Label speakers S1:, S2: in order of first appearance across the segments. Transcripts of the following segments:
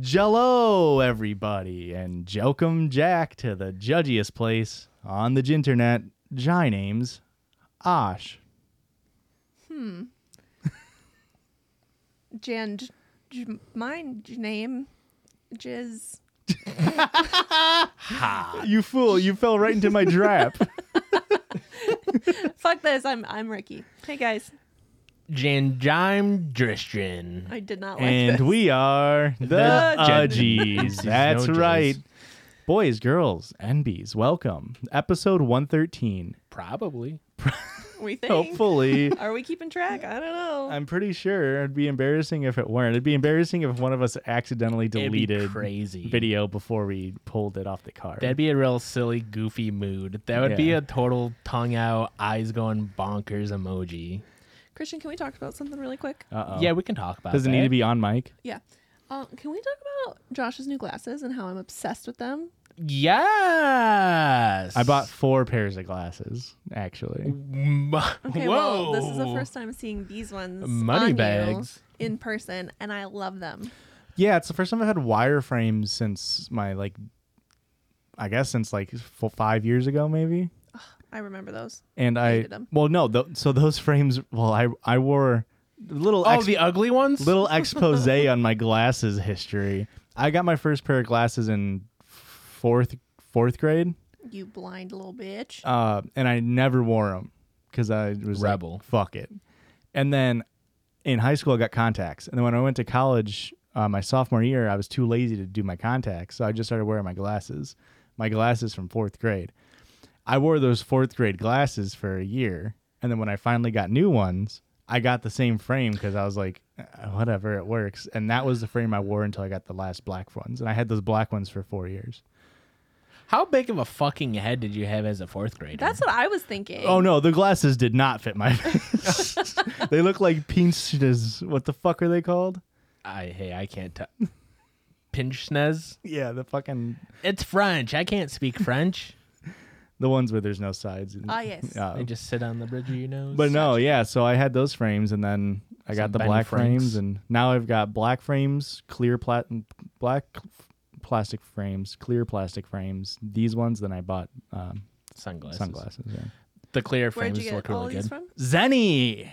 S1: Jello, everybody, and Jokum Jack to the judgiest place on the Jinternet. Jai names Osh.
S2: Jan, j- j- my j- name, Jiz.
S1: You fool, you fell right into my trap.
S3: Oh
S2: Fuck this. I'm I'm Ricky. Hey guys,
S3: Janjime Dristian.
S2: I did not like
S1: and
S2: this.
S1: we are the
S2: The
S1: Judgies. That's
S3: No jizz.
S1: right. Boys, girls, and bees, welcome. Episode 113.
S3: Probably.
S2: We think.
S1: Hopefully.
S2: Are we keeping track? I don't know.
S1: I'm pretty sure it'd be embarrassing if it weren't. It'd be embarrassing if one of us accidentally
S3: It'd be
S1: deleted
S3: crazy.
S1: video before we pulled it off the card.
S3: That'd be a real silly, goofy mood. That would be
S1: Yeah.
S3: a total tongue out, eyes going bonkers emoji.
S2: Christian, can we talk about something really quick?
S1: Uh-oh.
S3: Yeah, we can talk about.
S1: Does it need to
S3: that.
S1: be on mic?
S2: yeah. Um, can we talk about Josh's new glasses and how I'm obsessed with them?
S3: Yes.
S1: I bought four pairs of glasses, actually.
S3: M-
S2: Okay,
S3: Whoa.
S2: well, this is the first time seeing these ones
S3: Money
S2: on you
S3: bags.
S2: in person, and I love them.
S1: Yeah, it's the first time I've had wireframes since my like, I guess since like f- five years ago, maybe.
S2: I remember those.
S1: And I,
S2: Hated 'em.
S1: well, no, th- so those frames. Well, I I wore little
S3: Oh,
S1: ex-
S3: the ugly ones.
S1: little expose on my glasses history. I got my first pair of glasses in fourth fourth grade,
S2: You blind little bitch.
S1: uh, and I never wore them because I was like,
S3: Rebel.
S1: Fuck it. And then in high school, I got contacts. And then when I went to college, uh, my sophomore year, I was too lazy to do my contacts, so I just started wearing my glasses. My glasses from fourth grade. I wore those fourth grade glasses for a year, and then when I finally got new ones, I got the same frame because I was like, "Uh, whatever, it works. And that was the frame I wore until I got the last black ones, and I had those black ones for four years.
S3: How big of a fucking head did you have as a fourth grader?
S2: That's what I was thinking.
S1: Oh no, the glasses did not fit my face. they look like pinches. What the fuck are they called?
S3: I hey, I can't tell. Pinchnez.
S1: Yeah, the fucking
S3: It's French. I can't speak French.
S1: the ones where there's no sides.
S2: Ah, yes.
S1: Uh,
S3: They just sit on the bridge of your nose.
S1: but no, yeah. So I had those frames, and then I got
S3: Some
S1: the
S3: Ben
S1: black
S3: Franks.
S1: frames, and now I've got black frames, clear plat, black f- plastic frames, clear plastic frames. These ones, then I bought um,
S3: sunglasses.
S1: sunglasses. Yeah.
S3: The clear
S2: Where'd
S3: frames
S2: you
S3: look
S2: get all
S3: really
S2: these
S3: good.
S2: from?
S1: Zenny,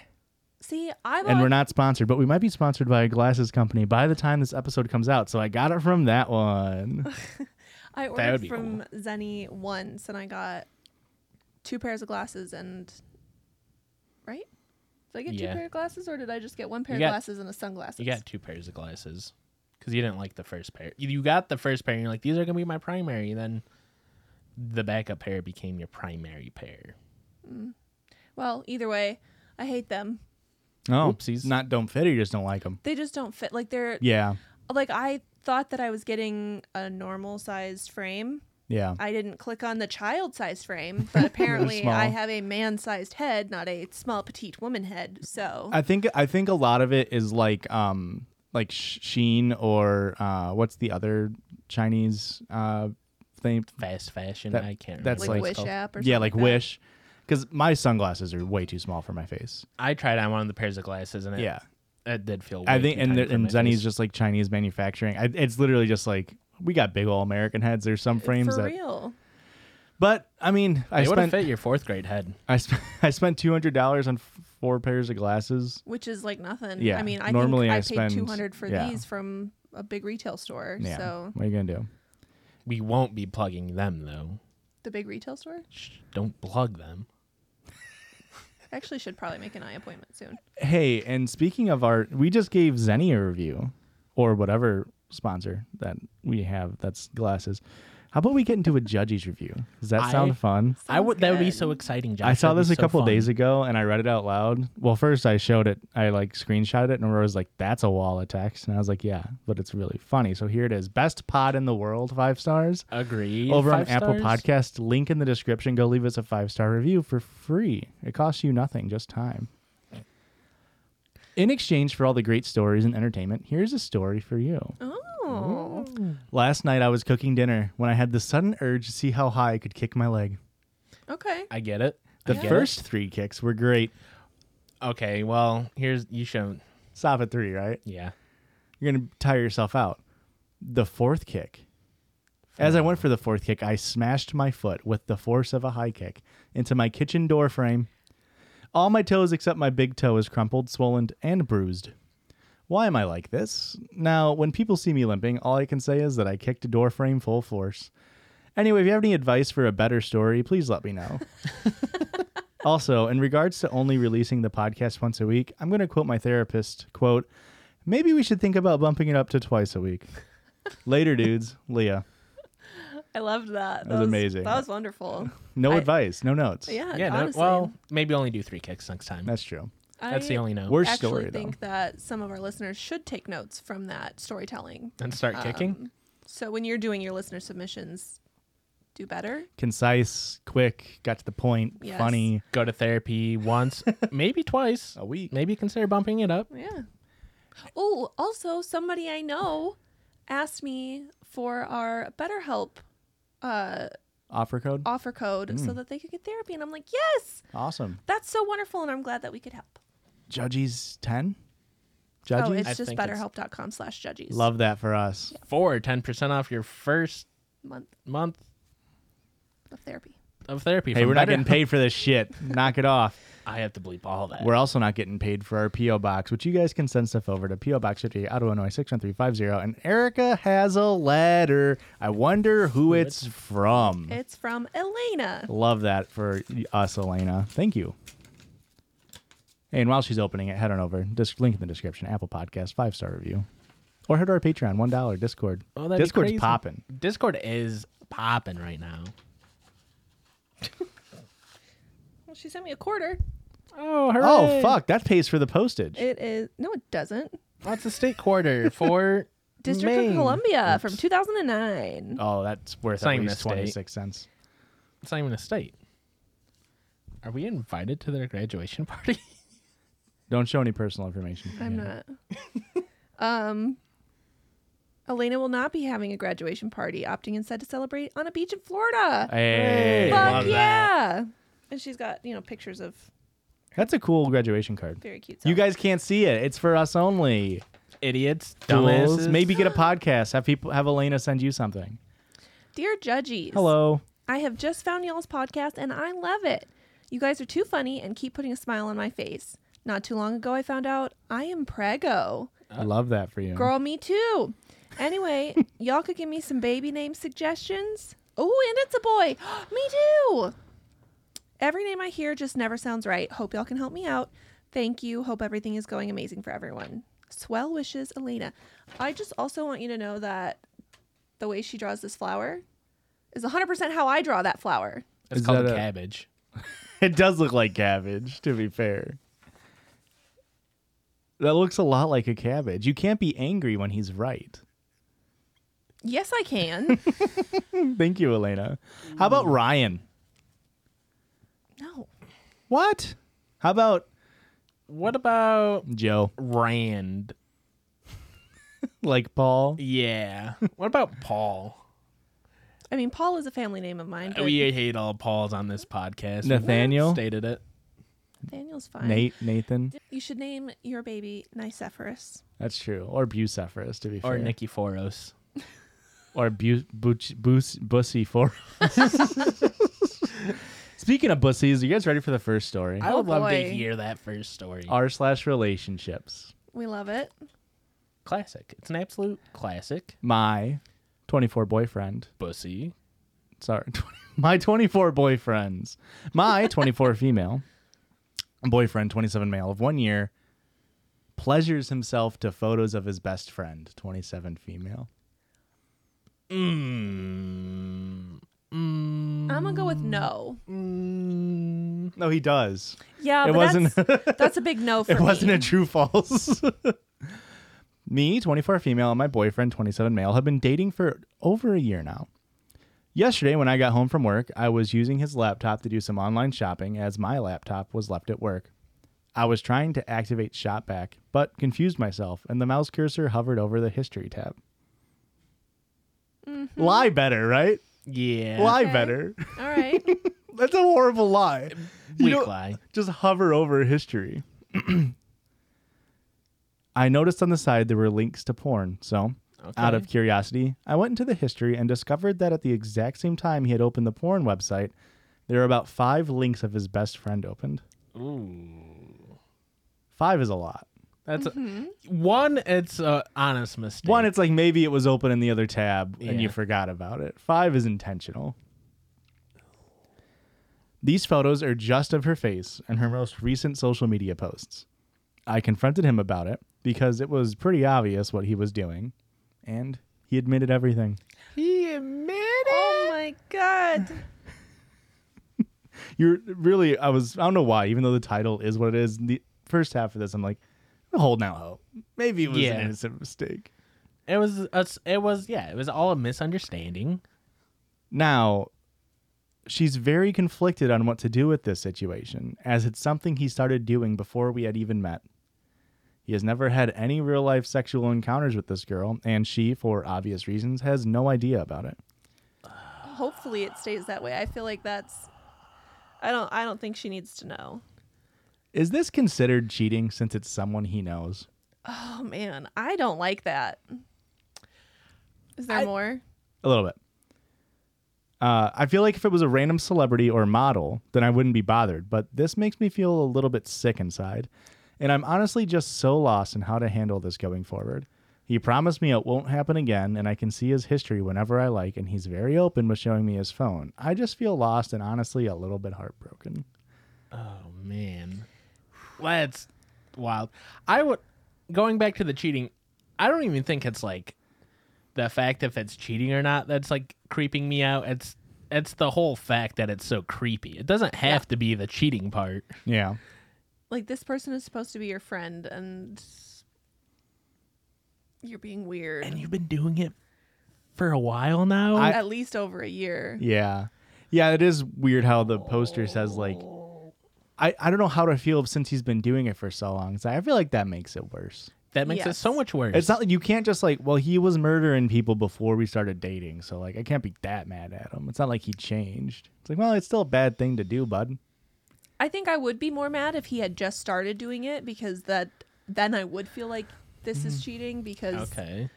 S2: See, I bought
S1: and we're not sponsored, but we might be sponsored by a glasses company by the time this episode comes out. So I got it from that one.
S2: I
S3: would
S2: ordered
S3: be
S2: from Zenny once and I got two pairs of glasses and right? Did I get
S3: Yeah.
S2: two pair of glasses or did I just get one pair
S3: You got-
S2: of glasses and a sunglasses?
S3: You got two pairs of glasses because you didn't like the first pair. You- You got the first pair, and you're like, "These are gonna be my primary." and then the backup pair became your primary pair.
S2: Well, either way, I hate them.
S1: Oh,
S3: Oopsies.
S1: Not don't fit or you just don't like them.
S2: They just don't fit. Like they're
S1: Yeah,
S2: like I thought that I was getting a normal sized frame.
S1: yeah.
S2: I didn't click on the child sized frame, but apparently
S1: small.
S2: I have a man sized head, not a small petite woman head. So
S1: I think I think a lot of it is like um like Sh- Sheen or uh what's the other Chinese uh thing
S3: Fast fashion.
S1: That-
S3: I can't.
S1: that's
S2: like,
S3: remember
S1: like-
S3: what
S2: Wish
S3: it's called.
S2: app or
S1: yeah
S2: something
S1: like
S2: that.
S1: Wish because my sunglasses are way too small for my face
S3: I tried on one of the pairs of glasses, and it,
S1: yeah
S3: it did feel.
S1: I
S3: way
S1: think
S3: too
S1: and
S3: tiny
S1: the,
S3: for
S1: and
S3: my
S1: Zenny's
S3: face.
S1: just like Chinese manufacturing I, it's literally just like we got big old American heads there's some frames
S2: For
S1: that
S2: real.
S1: but I mean I
S3: They would have
S1: spent
S3: fit your fourth grade head.
S1: I spent I spent two hundred dollars on f- four pairs of glasses
S2: which is like nothing.
S1: Yeah,
S2: I mean, I
S1: normally
S2: think
S1: I
S2: I,
S1: spend-
S2: paid 200 for
S1: yeah.
S2: these from a big retail store.
S1: yeah
S2: So
S1: what are you gonna do
S3: We won't be plugging them though.
S2: the big retail store?
S3: Shh, don't plug them.
S2: I actually should probably make an eye appointment soon.
S1: Hey, and speaking of art, we just gave Zenny a review or whatever sponsor that we have that's glasses. How about we get into a judge's review? Does that
S3: I-
S1: sound fun?
S3: I would. That would be
S2: good.
S3: so exciting, Josh.
S1: I saw
S3: That'd be
S1: this a
S3: so
S1: couple
S3: fun.
S1: days ago and I read it out loud. Well, first I showed it, I like screenshotted it, and Aurora was like, that's a wall of text. And I was like, yeah, but it's really funny. So here it is Best pod in the world, five stars.
S3: Agree.
S1: Over on
S3: Five
S1: Apple
S3: stars?
S1: Podcast, link in the description. Go leave us a five star review for free. It costs you nothing, just time. In exchange for all the great stories and entertainment, here's a story for you.
S2: Oh,
S1: Last night I was cooking dinner when I had the sudden urge to see how high I could kick my leg.
S2: okay.
S3: I get it.
S1: The
S3: I get it.
S1: first three kicks were great.
S3: Okay. Well, here's you show.
S1: Stop at three, right?
S3: Yeah.
S1: You're going to tire yourself out. The fourth kick. As I went for the fourth kick, I smashed my foot with the force of a high kick into my kitchen door frame. All my toes except my big toe is crumpled, swollen, and bruised. Why am I like this? Now, when people see me limping, all I can say is that I kicked a door frame full force. Anyway, if you have any advice for a better story, please let me know. also, in regards to only releasing the podcast once a week, I'm going to quote my therapist, quote, "Maybe we should think about bumping it up to twice a week." Later, dudes. Leah.
S2: I loved that. That,
S1: was amazing.
S2: That was wonderful.
S1: No
S3: I-
S1: advice, no notes.
S2: Yeah.
S3: Yeah. no,
S2: honestly,
S3: well, maybe only do three kicks next time.
S1: That's true.
S3: That's the
S2: I
S3: only note.
S1: Worst
S2: actually
S1: story though.
S2: think that some of our listeners should take notes from that storytelling.
S3: and start
S2: Um,
S3: kicking.
S2: So when you're doing your listener submissions, do better.
S1: Concise, quick, got to the point,
S2: Yes.
S1: funny.
S3: Go to therapy once, maybe twice
S1: A week.
S3: Maybe consider bumping it up.
S2: Yeah. Oh, also somebody I know asked me for our BetterHelp uh,
S1: Offer code.
S2: offer code so that they could get therapy, and I'm like, yes,
S1: Awesome.
S2: that's so wonderful, and I'm glad that we could help.
S1: Judges 10?
S2: Oh,
S1: Judges?
S2: it's
S3: I
S2: just
S3: think it's-
S2: BetterHelp.com/slash/judges.
S1: Love that for us.
S3: For ten percent off your first
S2: month
S3: month
S2: of therapy.
S3: of therapy.
S1: Hey,
S3: from
S1: we're not
S3: Better-
S1: getting paid for this shit. Knock it off.
S3: I have to bleep all that.
S1: We're also not getting paid for our P.O. Box, which you guys can send stuff over to P.O. Box 58, Ottawa, Illinois 61350. And Erica has a letter. I wonder who it's from.
S2: It's from Elena.
S1: Love that for us, Elena. Thank you. Hey, and while she's opening it, head on over. Just link in the description. Apple Podcast, five star review, or head to our Patreon, one dollar. Discord.
S3: Oh, that'd be
S1: Discord's
S3: crazy.
S1: popping.
S3: Discord is popping right now.
S2: Well, she sent me a quarter.
S3: Oh,
S1: Oh fuck, that pays for the postage.
S2: It is no, it doesn't.
S3: That's a state quarter for
S2: District
S3: Maine.
S2: of Columbia from 2009.
S1: oh, that's worth
S3: not
S1: at
S3: even
S1: least
S3: a state.
S1: twenty six cents.
S3: It's not even a state. Are we invited to their graduation party?
S1: Don't show any personal information.
S2: I'm not. um, Elena will not be having a graduation party, opting instead to celebrate on a beach in Florida.
S1: Hey,
S2: Fuck
S3: love
S2: yeah! And she's got you know pictures of
S1: that's a cool graduation card.
S2: very cute.
S1: You
S2: selfies.
S1: guys can't see it. It's for us only.
S3: Idiots,
S1: Fools.
S3: dumbasses.
S1: Maybe get a podcast. Have people have Elena send you something.
S2: dear judges,
S1: Hello.
S2: I have just found y'all's podcast and I love it. You guys are too funny and keep putting a smile on my face. Not too long ago, I found out I am prego.
S3: Uh,
S1: I love that for you.
S2: Girl, me too. Anyway, y'all could give me some baby name suggestions. Oh, and it's a boy. me too. Every name I hear just never sounds right. Hope y'all can help me out. Thank you. Hope everything is going amazing for everyone. Swell wishes, Elena. I just also want you to know that the way she draws this flower is 100% how I draw that flower.
S3: it's
S1: Is
S3: called
S1: that
S3: a
S1: a-
S3: cabbage.
S1: It does look like cabbage, to be fair. That looks a lot like a cabbage. You can't be angry when he's right.
S2: Yes, I can.
S1: Thank you, Elena. How about Ryan?
S2: no.
S1: What? How about
S3: What about
S1: Joe?
S3: Rand?
S1: Like Paul?
S3: Yeah. what about Paul?
S2: I mean, Paul is a family name of mine. But
S3: Uh, We hate all Pauls on this podcast.
S1: Nathaniel?
S3: We've stated it.
S2: Nathaniel's fine.
S1: Nate? Nathan?
S2: You should name your baby Nicephorus.
S1: That's true. Or Bucephalus, to be fair.
S3: Or Nikki Foros.
S1: Or Bu- Buch- Bus- Bussy for. Speaking of bussies, are you guys ready for the first story?
S3: I
S2: Oh,
S3: would love to
S2: boy.
S3: hear that first story.
S1: R slash relationships.
S2: We love it.
S3: classic. It's an absolute classic.
S1: My 24 boyfriend
S3: Bussy.
S1: sorry, my 24 boyfriends, my 24 female boyfriend, 27 male of one year, pleasures himself to photos of his best friend, 27 female.
S3: Mm. Mm.
S2: I'm gonna go with no.
S3: Mm.
S1: No, he does.
S2: Yeah,
S1: It
S2: but
S1: wasn't-
S2: That's, that's a big no for
S1: it wasn't
S2: me.
S1: a true false. me, 24 female, and my boyfriend, 27 male, have been dating for over a year now. Yesterday, when I got home from work, I was using his laptop to do some online shopping as my laptop was left at work. I was trying to activate Shop Back, but confused myself, and the mouse cursor hovered over the history tab. Lie better, right?
S3: Yeah.
S1: Lie
S2: Okay.
S1: better.
S2: All right.
S1: That's a horrible lie. You
S3: Weak
S1: don't-
S3: lie.
S1: just hover over history. I noticed on the side there were links to porn, so out of curiosity, I went into the history and discovered that at the exact same time he had opened the porn website, there were about five links of his best friend opened.
S3: Ooh.
S1: Five is a lot.
S3: That's a, one. It's a honest mistake.
S1: One, it's like maybe it was open in the other tab and you
S3: Yeah.
S1: forgot about it. Five is intentional. These photos are just of her face and her most recent social media posts. I confronted him about it because it was pretty obvious what he was doing, and he admitted everything.
S3: he admitted.
S2: oh my god.
S1: You're really, I was, I don't know why, even though the title is what it is. The first half of this, I'm like, I'm holding out hope. Maybe it was
S3: Yeah.
S1: an innocent mistake.
S3: It was. a s it was. Yeah. It was all a misunderstanding.
S1: Now, she's very conflicted on what to do with this situation, as it's something he started doing before we had even met. He has never had any real life sexual encounters with this girl, and she, for obvious reasons, has no idea about it.
S2: Hopefully it stays that way. I feel like that's. I don't. I don't think she needs to know.
S1: Is this considered cheating since it's someone he knows?
S2: Oh man, I don't like that. Is there more?
S1: A little bit. Uh, I feel like if it was a random celebrity or model, then I wouldn't be bothered, but this makes me feel a little bit sick inside. And I'm honestly just so lost in how to handle this going forward. He promised me it won't happen again, and I can see his history whenever I like, and he's very open with showing me his phone. I just feel lost and honestly a little bit heartbroken.
S3: Oh man, that's wild. I would going back to the cheating. I don't even think it's like the fact if it's cheating or not that's like creeping me out. It's it's the whole fact that it's so creepy. It doesn't have to be the cheating part.
S1: Yeah.
S2: Like this person is supposed to be your friend, and you're being weird.
S3: And you've been doing it for a while now.
S2: at least over a year.
S1: Yeah. Yeah, it is weird how the poster says, like, I, I don't know how to feel since he's been doing it for so long. So I feel like that makes it worse.
S3: that makes it
S2: Yes.
S3: so much worse.
S1: It's not like you can't just like, well, he was murdering people before we started dating, so like I can't be that mad at him. It's not like he changed. It's like, well, it's still a bad thing to do, bud.
S2: I think I would be more mad if he had just started doing it because that then I would feel like this
S1: Mm-hmm.
S2: is cheating because
S3: okay.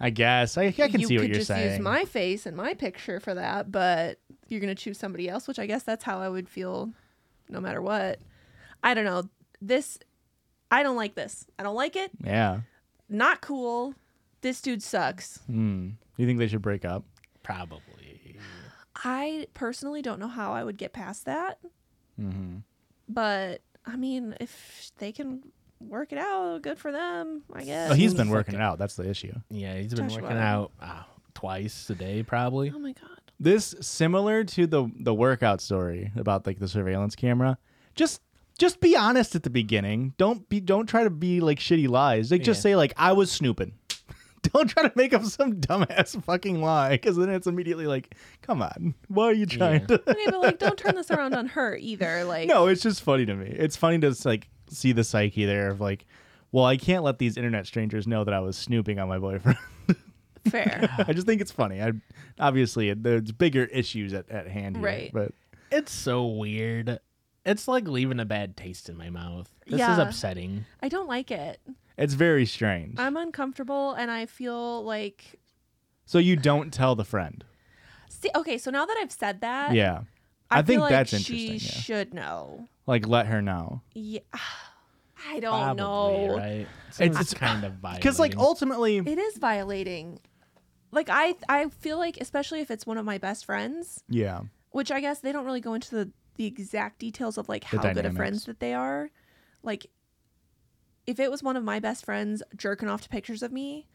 S1: I guess. I, I can
S2: you
S1: see what
S2: could
S1: you're
S2: just
S1: saying.
S2: use my face and my picture for that, but you're gonna choose somebody else, which I guess that's how I would feel no matter what. I don't know. This I don't like this. I don't like it.
S1: yeah.
S2: Not cool. This dude sucks.
S1: Hmm. You think they should break up?
S3: Probably.
S2: I personally don't know how I would get past that.
S1: Mm-hmm.
S2: But I mean, if they can work it out, good for them, I guess.
S1: Oh, he's been
S3: seems
S1: working
S3: like
S1: it out. That's the issue.
S3: Yeah, he's been
S2: Joshua.
S3: working out uh, twice a day probably.
S2: Oh my god.
S1: This similar to the the workout story about like the surveillance camera. Just just be honest at the beginning. Don't be don't try to be like shitty lies. Like just
S3: Yeah.
S1: say like I was snooping. don't try to make up some dumbass fucking lie because then it's immediately like, come on, why are you trying
S3: Yeah.
S1: to?
S2: Okay, but like don't turn this around on her either. Like
S1: No, it's just funny to me. It's funny to like see the psyche there of like, well, I can't let these internet strangers know that I was snooping on my boyfriend.
S2: fair.
S1: I just think it's funny. I obviously it, there's bigger issues at, at hand here,
S2: Right.
S1: But
S3: It's so weird. It's like leaving a bad taste in my mouth. This is
S2: Yeah.
S3: upsetting.
S2: I don't like it.
S1: it's very strange.
S2: I'm uncomfortable and I feel like
S1: so you don't tell the friend.
S2: See, okay, so now that I've said that,
S1: Yeah,
S2: I,
S1: I think
S2: feel like
S1: that's
S2: She
S1: interesting, yeah.
S2: should know.
S1: like let her know.
S2: Yeah, I don't
S3: Probably,
S2: know.
S3: right?
S1: Oh, It's-
S3: It's,
S1: it's-
S3: kind of violent.
S1: Because like ultimately,
S2: It is violating. Like I, I feel like especially if it's one of my best friends,
S1: yeah,
S2: which I guess they don't really go into the the exact details of like
S1: The
S2: how good of
S1: dynamics.
S2: friends that they are. Like, if it was one of my best friends jerking off to pictures of me,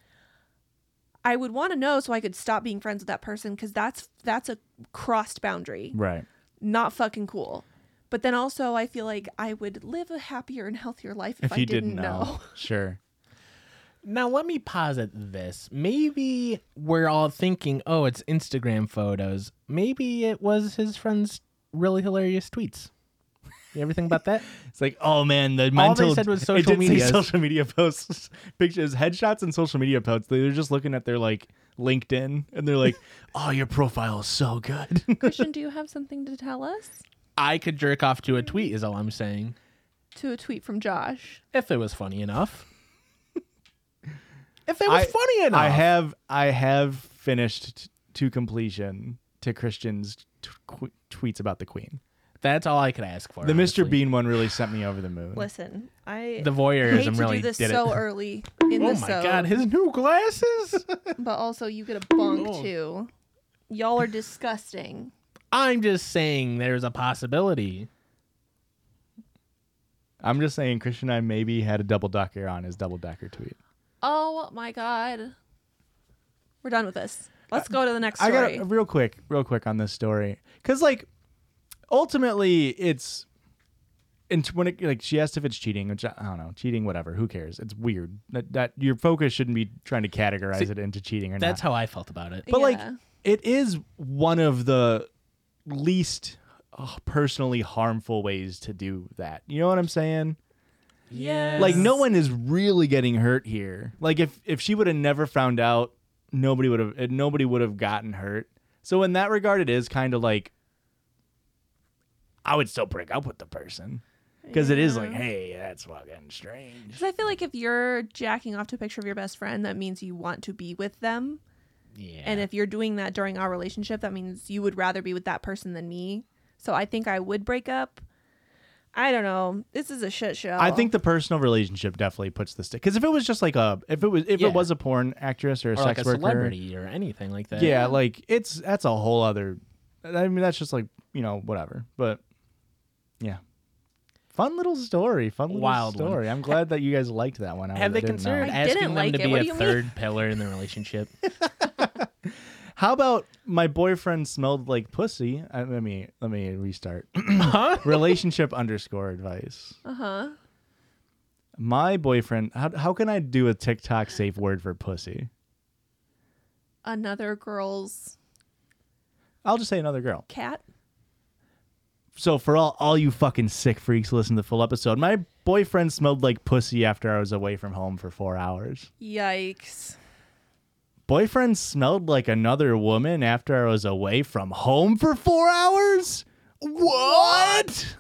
S2: I would want to know so I could stop being friends with that person because that's that's a crossed boundary
S1: Right.
S2: not fucking cool. But then also, I feel like I would live a happier and healthier life if,
S1: If
S2: I
S1: you
S2: didn't, know.
S1: Sure.
S3: Now let me posit this. Maybe we're all thinking, "Oh, it's Instagram photos." Maybe it was his friend's really hilarious tweets. You ever think about that?
S1: It's like, oh man, the
S3: All they
S1: mental.
S3: said was
S1: it
S3: social
S1: didn't say
S3: medias.
S1: social media posts, pictures, headshots, and social media posts. They're just looking at their like LinkedIn, and they're like, "Oh, your profile is so good."
S2: Christian, do you have something to tell us?
S3: I could jerk off to a tweet is all I'm saying.
S2: To a tweet from Josh.
S3: If it was funny enough. if it was
S1: I-
S3: funny enough.
S1: I have, I have finished t- to completion to Christian's t- qu- tweets about the Queen.
S3: That's all I could ask for.
S1: The
S3: honestly.
S1: Mr. Bean one really sent me over the moon.
S2: Listen, I
S3: The
S2: hate to
S3: voyeurism really
S2: do this
S3: did
S2: so
S3: it.
S2: early in
S3: Oh
S2: the
S3: my
S2: so,
S3: god, his new glasses!
S2: but also you get a bunk
S3: Oh.
S2: too. Y'all are disgusting.
S3: I'm just saying there's a possibility.
S1: I'm just saying, Christian and I maybe had a double docker on his double docker tweet.
S2: Oh my god, we're done with this. Let's go to the next
S1: I
S2: story.
S1: got real quick, real quick on this story, because like ultimately it's and t- when it, like she asked if it's cheating, which I, I don't know, cheating, whatever, who cares? It's weird that, that your focus shouldn't be trying to categorize it into cheating or
S3: That's
S1: not.
S3: how I felt about it.
S1: but like
S2: Yeah.
S1: it is one of the least uh, personally harmful ways to do that. You know what I'm saying?
S2: Yes.
S1: like no one is really getting hurt here. Like if if she would have never found out, nobody would have eh, nobody would have gotten hurt. So in that regard, it is kind of like I would still break up with the person because it is like, hey, that's fucking strange.
S2: Because I feel like if you're jacking off to a picture of your best friend, that means you want to be with them.
S3: Yeah.
S2: And if you're doing that during our relationship, that means you would rather be with that person than me. So I think I would break up. I don't know. This is a shit show.
S1: I think the personal relationship definitely puts the stick because if it was just like a if it was if
S3: Yeah.
S1: it was a porn actress or a
S3: or
S1: sex
S3: like a
S1: worker,
S3: celebrity or anything like that.
S1: yeah, like it's that's a whole other. I mean, that's just like you know whatever, but yeah, fun little story, fun little
S3: Wild one.
S1: story. I'm glad that you guys liked that one. I
S3: Have they
S1: didn't know.
S3: considered
S2: I
S3: asking
S2: didn't
S3: them
S2: like
S3: to
S2: it.
S3: be
S2: What
S3: a
S2: do you mean?
S3: third pillar in the relationship?
S1: How about my boyfriend smelled like pussy? I, let me let me restart. Relationship underscore advice.
S2: Uh huh.
S1: My boyfriend. How how can I do a TikTok safe word for pussy?
S2: Another girl's
S1: I'll just say another girl.
S2: cat.
S1: So for all all you fucking sick freaks, listen to the full episode. My boyfriend smelled like pussy after I was away from home for four hours.
S2: Yikes.
S1: Boyfriend smelled like another woman after I was away from home for four hours? What?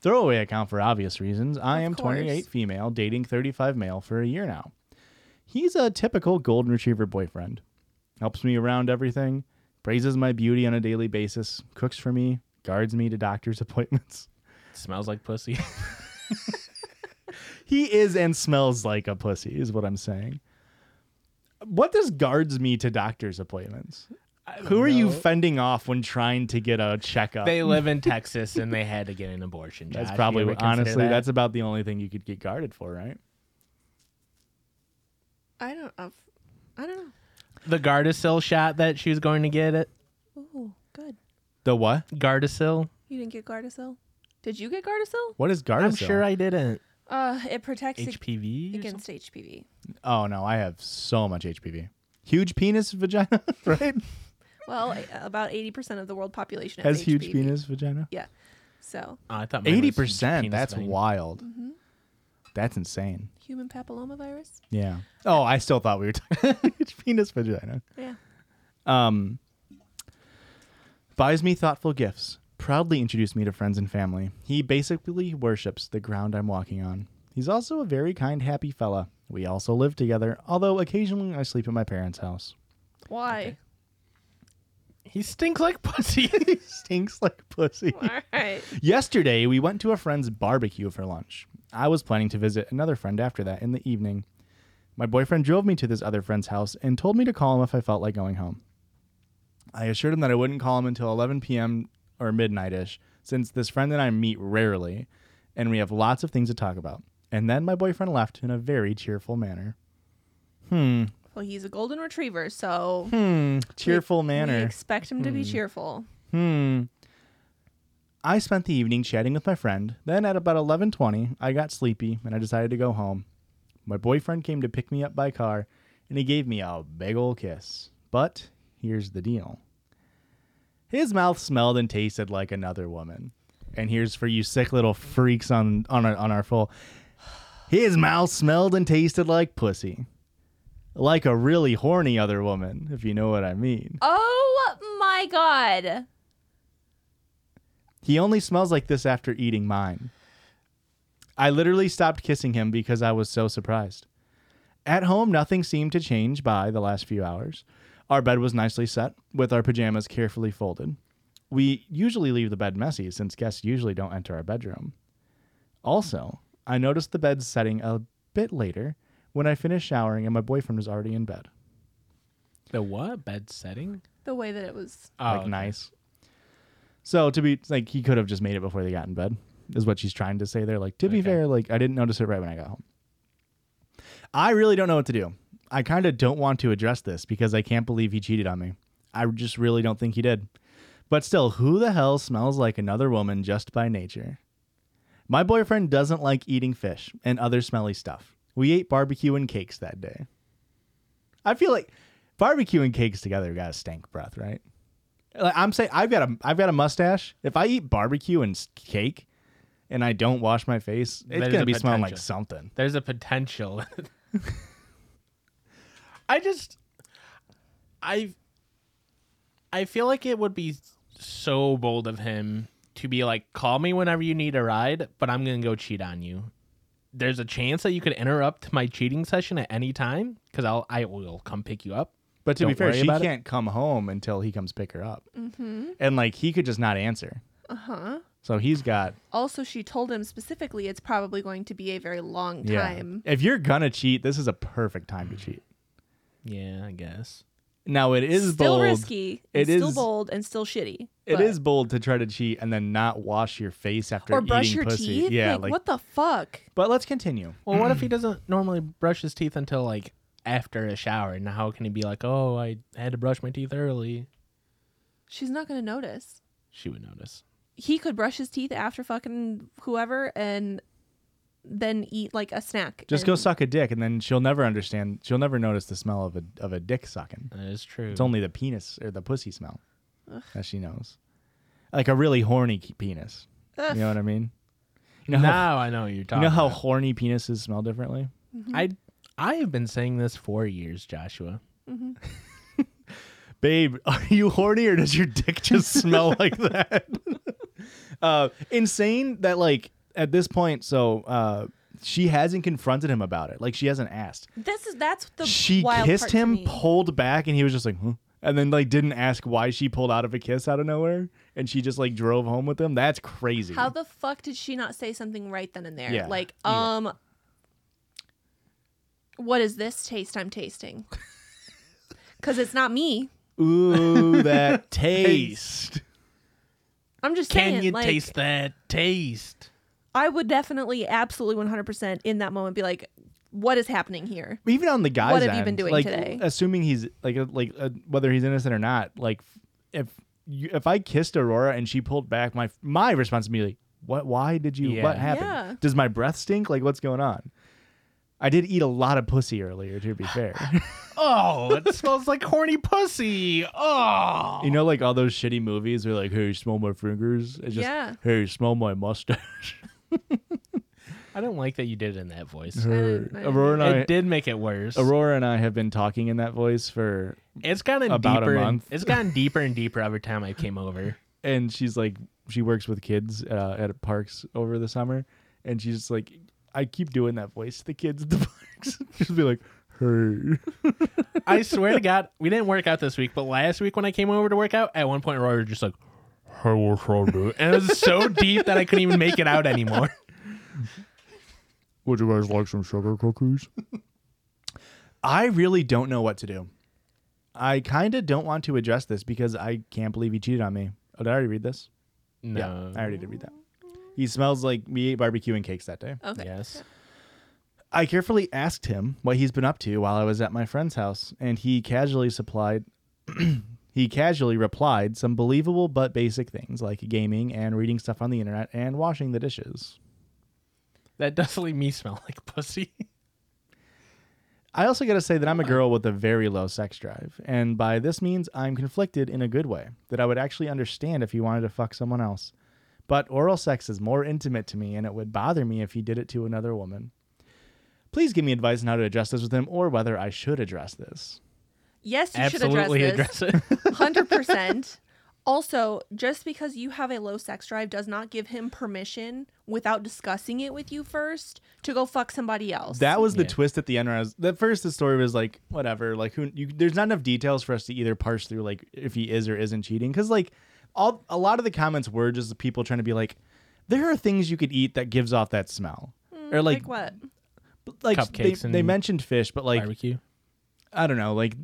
S1: Throwaway account for obvious reasons. I
S2: Of
S1: am
S2: course.
S1: 28 female, dating 35 male for a year now. He's a typical golden retriever boyfriend. Helps me around everything, praises my beauty on a daily basis, cooks for me, guards me to doctor's appointments.
S3: Smells like pussy.
S1: He is and smells like a pussy, is what I'm saying. What does guards me to doctor's appointments? Who are you fending off when trying to get a checkup?
S3: they live in Texas and they had to get an abortion.
S1: that's
S3: Josh.
S1: probably
S3: You ever
S1: what-
S3: consider
S1: honestly
S3: that?
S1: that's about the only thing you could get guarded for, right?
S2: I don't. I've, I don't know.
S3: the Gardasil shot that she was going to get it.
S2: Ooh, Oh, good.
S1: The what?
S3: Gardasil.
S2: You didn't get Gardasil. Did you get Gardasil?
S1: What is Gardasil?
S3: I'm sure I didn't.
S2: Uh, it protects ag-
S3: HPV. or
S2: against HPV.
S1: oh no, I have so much HPV. Huge penis vagina, right?
S2: Well, about eighty percent of the world population has,
S1: Has huge
S2: HPV.
S1: penis vagina.
S2: Yeah. So
S3: Oh, I thought mine was
S1: Eighty percent.
S3: penis
S1: That's
S3: vein.
S1: wild. That's insane.
S2: human papillomavirus.
S1: Yeah. Oh, I still thought we were talking huge penis vagina.
S2: Yeah.
S1: Um, buys me thoughtful gifts, proudly introduced me to friends and family. He basically worships the ground I'm walking on. He's also a very kind, happy fella. We also live together, although occasionally I sleep at my parents' house.
S2: Why?
S3: He stinks like pussy.
S1: he stinks like pussy.
S2: All right.
S1: Yesterday, we went to a friend's barbecue for lunch. I was planning to visit another friend after that in the evening. My boyfriend drove me to this other friend's house and told me to call him if I felt like going home. I assured him that I wouldn't call him until 11 p.m. or midnight ish, since this friend and I meet rarely, and we have lots of things to talk about. And then my boyfriend left in a very cheerful manner.
S2: Well, he's a golden retriever, so
S1: Hmm, cheerful
S2: we
S1: manner.
S2: expect him to be cheerful.
S1: Hmm. I spent the evening chatting with my friend. Then at about 11:20, I got sleepy and I decided to go home. My boyfriend came to pick me up by car and he gave me a big ol' kiss. But here's the deal. His mouth smelled and tasted like another woman. And here's for you sick little freaks on on our, on our full. His mouth smelled and tasted like pussy. Like a really horny other woman, if you know what I mean.
S2: Oh my god.
S1: He only smells like this after eating mine. I literally stopped kissing him because I was so surprised. At home, nothing seemed to change by the last few hours. Our bed was nicely set, with our pajamas carefully folded. We usually leave the bed messy since guests usually don't enter our bedroom. Also, I noticed the bed setting a bit later when I finished showering and my boyfriend was already in bed.
S3: The what? Bed setting?
S2: The way that it was.
S3: Oh,
S1: like nice. So to be like he could have just made it before they got in bed is what she's trying to say there. Like to be
S3: Okay.
S1: fair, like I didn't notice it right when I got home. I really don't know what to do. I kind of don't want to address this because I can't believe he cheated on me. I just really don't think he did. But still, who the hell smells like another woman just by nature? My boyfriend doesn't like eating fish and other smelly stuff. We ate barbecue and cakes that day. I feel like barbecue and cakes together got a stank breath, right? Like, I'm saying I've got a I've got a mustache. If I eat barbecue and s- cake, and I don't wash my face, it's
S3: There's
S1: gonna
S3: a
S1: be smelling like
S3: potential.
S1: something.
S3: There's a potential. I just I I feel like it would be so bold of him to be like call me whenever you need a ride, but I'm going to go cheat on you. There's a chance that you could interrupt my cheating session at any time cuz I'll I will come pick you up.
S1: But to be
S3: Don't
S1: fair,
S3: worry
S1: she
S3: about it.
S1: can't come home until he comes pick her up,
S2: Mm-hmm.
S1: and like he could just not answer.
S2: Uh huh.
S1: So he's got
S2: Also, she told him specifically it's probably going to be a very long time.
S1: If you're gonna cheat, this is a perfect time to cheat.
S3: Yeah, I guess.
S1: Now it is
S2: still
S1: bold.
S2: risky.
S1: It
S2: It is still
S1: is-
S2: bold and still shitty.
S1: It
S2: but-
S1: is bold to try to cheat and then not wash your face after
S2: Or brush
S1: eating
S2: your
S1: pussy.
S2: teeth.
S1: Yeah,
S2: like,
S1: like,
S2: what the fuck?
S1: But let's continue.
S3: Well, what if he doesn't normally brush his teeth until like after a shower? And how can he be like, "Oh, I had to brush my teeth early"?
S2: She's not gonna notice.
S3: She would notice.
S2: He could brush his teeth after fucking whoever and then eat like a snack.
S1: Just go
S2: and-
S1: suck a dick, and then she'll never understand. She'll never notice the smell of a of a dick sucking.
S3: That is true.
S1: It's only the penis or the pussy smell that she knows, like a really horny ke- penis.
S2: Ugh.
S1: You know what I mean? You know, how,
S3: now I know what you're
S1: you
S3: talking.
S1: know how
S3: about.
S1: horny penises smell differently.
S2: Mm-hmm.
S3: I I have been saying this for years, Joshua.
S1: Babe, are you horny or does your dick just smell like that? uh, insane that like at this point, so uh, she hasn't confronted him about it. Like she hasn't asked.
S2: This is that's the
S1: she
S2: wild
S1: kissed
S2: part to
S1: him,
S2: me.
S1: pulled back, and he was just like, huh? and then like didn't ask why she pulled out of a kiss out of nowhere, and she just like drove home with him. That's crazy.
S2: How the fuck did she not say something right then and there?
S1: Yeah.
S2: Like,
S1: Yeah.
S2: um, what is this taste I'm tasting? Because it's not me.
S1: Ooh, that taste.
S2: I'm just
S3: Can
S2: saying.
S3: you
S2: like,
S3: taste that taste?
S2: I would definitely, absolutely, 100% in that moment be like, what is happening here?
S1: Even on the guy's
S2: What have you
S1: end,
S2: been doing
S1: like,
S2: today?
S1: Assuming he's like uh, like uh, whether he's innocent or not, like f- if you, if I kissed Aurora and she pulled back, my my response would be like, what? Why did you?
S3: Yeah.
S1: What happened?
S2: Yeah.
S1: Does my breath stink? Like what's going on? I did eat a lot of pussy earlier. To be fair.
S3: Oh, it smells like horny pussy. Oh,
S1: You know, like all those shitty movies where like, hey, smell my fingers. It's just,
S2: Yeah.
S1: hey, smell my mustache.
S3: I don't like that you did it in that voice.
S1: Her-
S2: didn't- I didn't
S1: Aurora and I,
S3: It did make it worse.
S1: Aurora and I have been talking in that voice for,
S3: It's gotten
S1: About a
S3: deeper. and-
S1: month.
S3: it's gotten deeper and deeper every time I came over.
S1: and she's like, she works with kids uh, at parks over the summer, and she's just like, I keep doing that voice to the kids at the parks. just be like, her.
S3: I swear to God, we didn't work out this week, but last week when I came over to work out, at one point Rory was just like, "Hey, what's up, dude?" and it was so deep that I couldn't even make it out anymore.
S1: Would you guys like some sugar cookies? I really don't know what to do. I kind of don't want to address this because I can't believe he cheated on me. Oh, did I already read this?
S3: No.
S1: I already did read that. He smells like we ate barbecue and cakes that day.
S2: Okay.
S3: Yes.
S1: I carefully asked him what he's been up to while I was at my friend's house, and he casually supplied he casually replied some believable but basic things like gaming and reading stuff on the internet and washing the dishes.
S3: That does leave me smell like pussy.
S1: I also got to say that I'm a girl with a very low sex drive, and by this means I'm conflicted in a good way that I would actually understand if he wanted to fuck someone else. But oral sex is more intimate to me, and it would bother me if he did it to another woman. Please give me advice on how to address this with him or whether I should address this.
S2: Yes, you
S3: Absolutely
S2: should address this.
S3: address it.
S2: Hundred percent. Also, just because you have a low sex drive does not give him permission without discussing it with you first to go fuck somebody else.
S1: That was the
S3: Yeah.
S1: twist at the end. Where I was, at first, the story was like, whatever. Like, who? You, there's not enough details for us to either parse through, like, if he is or isn't cheating, because like, all a lot of the comments were just people trying to be like, there are things you could eat that gives off that smell, or like,
S2: like, what?
S1: like
S3: Cupcakes
S1: they, they
S3: and
S1: mentioned fish, but like,
S3: Barbecue.
S1: I don't know, like,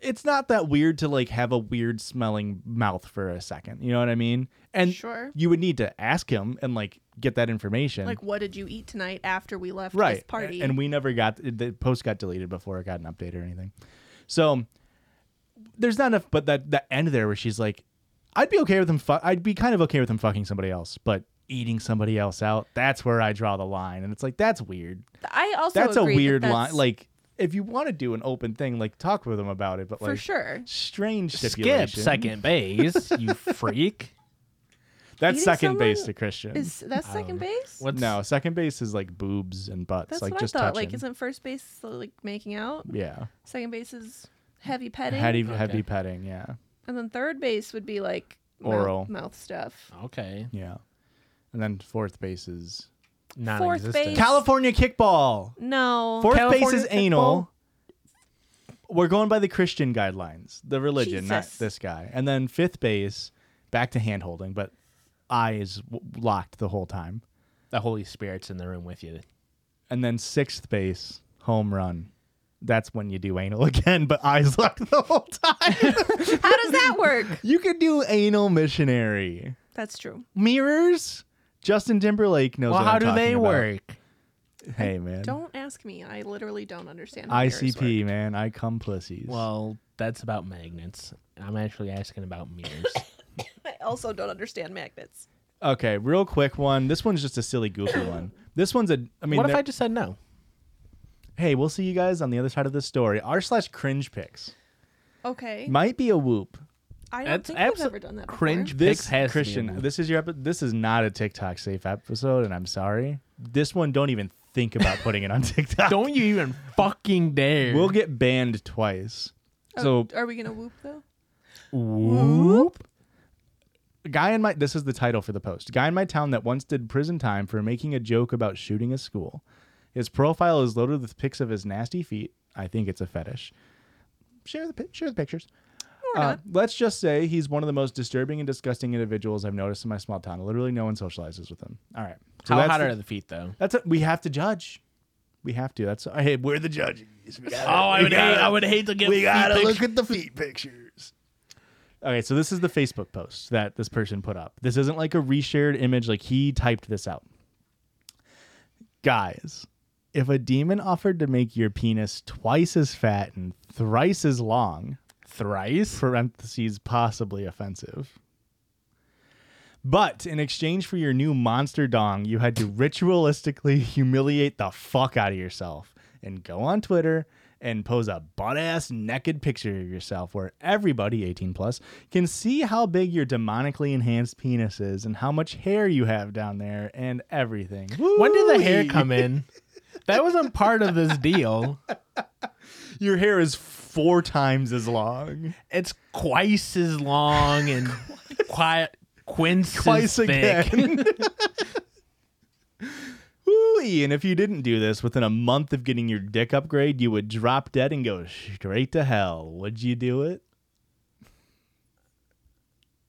S1: it's not that weird to like have a weird smelling mouth for a second. You know what I mean? And
S2: Sure.
S1: you would need to ask him and like get that information.
S2: Like what did you eat tonight after we left
S1: right
S2: this party?
S1: and we never got the post got deleted before it got an update or anything so there's not enough but that that end there where she's like i'd be okay with him fu- i'd be kind of okay with him fucking somebody else but eating somebody else out that's where i draw the line and it's like that's weird
S2: I also
S1: that's a
S2: agree that
S1: weird
S2: that's
S1: line like if you want to do an open thing like talk with them about it but
S2: for
S1: like
S2: sure.
S1: strange stipulation
S3: Skip second base, you freak.
S1: that's
S2: Eating
S1: second base
S2: someone
S1: to christian
S2: Is that second base?
S3: What's
S1: no second base is like boobs and butts
S2: That's
S1: like
S2: what
S1: just
S2: I thought.
S1: touching
S2: Like, isn't first base like making out?
S1: yeah
S2: Second base is heavy petting,
S1: heavy, heavy
S3: Okay.
S1: petting yeah
S2: and then third base would be like mouth-
S1: Oral.
S2: mouth, stuff.
S3: Okay.
S1: Yeah. And then fourth base is
S3: Non-existent.
S2: base.
S1: California kickball.
S2: No,
S1: Fourth base
S3: California
S1: is anal. We're going by the Christian guidelines, the religion, not
S2: Jesus.
S1: this guy. And then fifth base, back to hand holding, but eyes w- locked the whole time.
S3: The Holy Spirit's in the room with you.
S1: And then sixth base, home run. That's when you do anal again, but eyes locked the whole time.
S2: how does that work?
S1: you could do anal missionary.
S2: That's true.
S1: Mirrors? Justin Timberlake knows
S3: Well,
S1: what
S3: how
S1: I'm
S3: do
S1: talking
S3: they
S1: about.
S3: work?
S1: Hey, man.
S2: Don't ask me. I literally don't understand. how mirrors
S1: ICP,
S2: work.
S1: man. I come pussies.
S3: Well, that's about magnets. I'm actually asking about mirrors.
S2: I also don't understand magnets.
S1: Okay, real quick one. This one's just a silly, goofy one. This one's a. I mean,
S3: what if
S1: they're-
S3: I just said no?
S1: hey, we'll see you guys on the other side of this story. R slash cringe picks
S2: Okay,
S1: might be a whoop.
S2: I don't
S3: That's
S2: think
S3: abso-
S2: I've ever done that. before.
S3: cringe.
S1: This
S3: Picks has to be a
S1: Christian,
S3: whoop.
S1: this is your. Epi- this is not a TikTok safe episode, and I'm sorry. This one, don't even think about putting it on TikTok.
S3: Don't you even fucking dare.
S1: We'll get banned twice.
S3: Oh,
S1: So
S2: Oh, Are we gonna whoop though?
S1: Whoop. Guy in my this is the title for the post. Guy in my town that once did prison time for making a joke about shooting a school. His profile is loaded with pics of his nasty feet. I think it's a fetish. Share the pi- share the pictures.
S2: Or
S1: Uh,
S2: not.
S1: let's just say he's one of the most disturbing and disgusting individuals I've noticed in my small town. Literally, no one socializes with him. All right. So
S3: how
S1: that's
S3: hot
S1: the-
S3: are the feet, though?
S1: That's a, we have to judge. We have to. That's hey, we're the judges. We gotta-
S3: Oh, I would, hate, I would hate to get feet pictures.
S1: at the feet pictures. Okay, so this is the Facebook post that this person put up. This isn't like a reshared image, like he typed this out. Guys, if a demon offered to make your penis twice as fat and thrice as long,
S3: thrice.
S1: parentheses possibly offensive. But in exchange for your new monster dong, you had to ritualistically humiliate the fuck out of yourself and go on Twitter and pose a butt ass naked picture of yourself where everybody 18 plus can see how big your demonically enhanced penis is and how much hair you have down there and everything.
S3: When did the hair
S1: Woo-wee.
S3: come in? That wasn't part of this deal.
S1: Your hair is four times as long.
S3: It's twice as long and quiet. Quince
S1: twice
S3: thick.
S1: again. Woo-ee. And if you didn't do this within a month of getting your dick upgrade, you would drop dead and go straight to hell. Would you do it?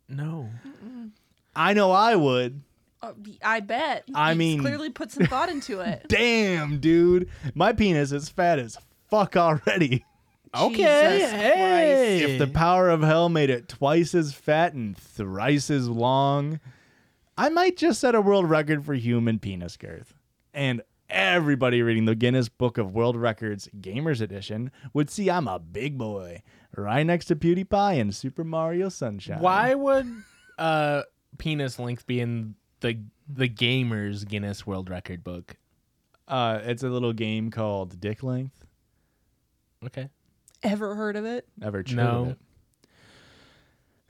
S3: No.
S1: I know I would.
S2: Uh, I bet.
S1: I
S2: He's
S1: mean-
S2: clearly put some thought into it.
S1: Damn, dude. My penis is fat as fuck already.
S3: Okay.
S2: Jesus
S3: hey.
S1: If the power of hell made it twice as fat and thrice as long, I might just set a world record for human penis girth. And everybody reading the Guinness Book of World Records Gamers Edition would see I'm a big boy right next to PewDiePie and Super Mario Sunshine.
S3: Why would uh penis length be in the the gamers Guinness World Record book?
S1: Uh, it's a little game called Dick Length.
S3: Okay.
S2: Ever heard of it?
S1: Never tried
S3: No.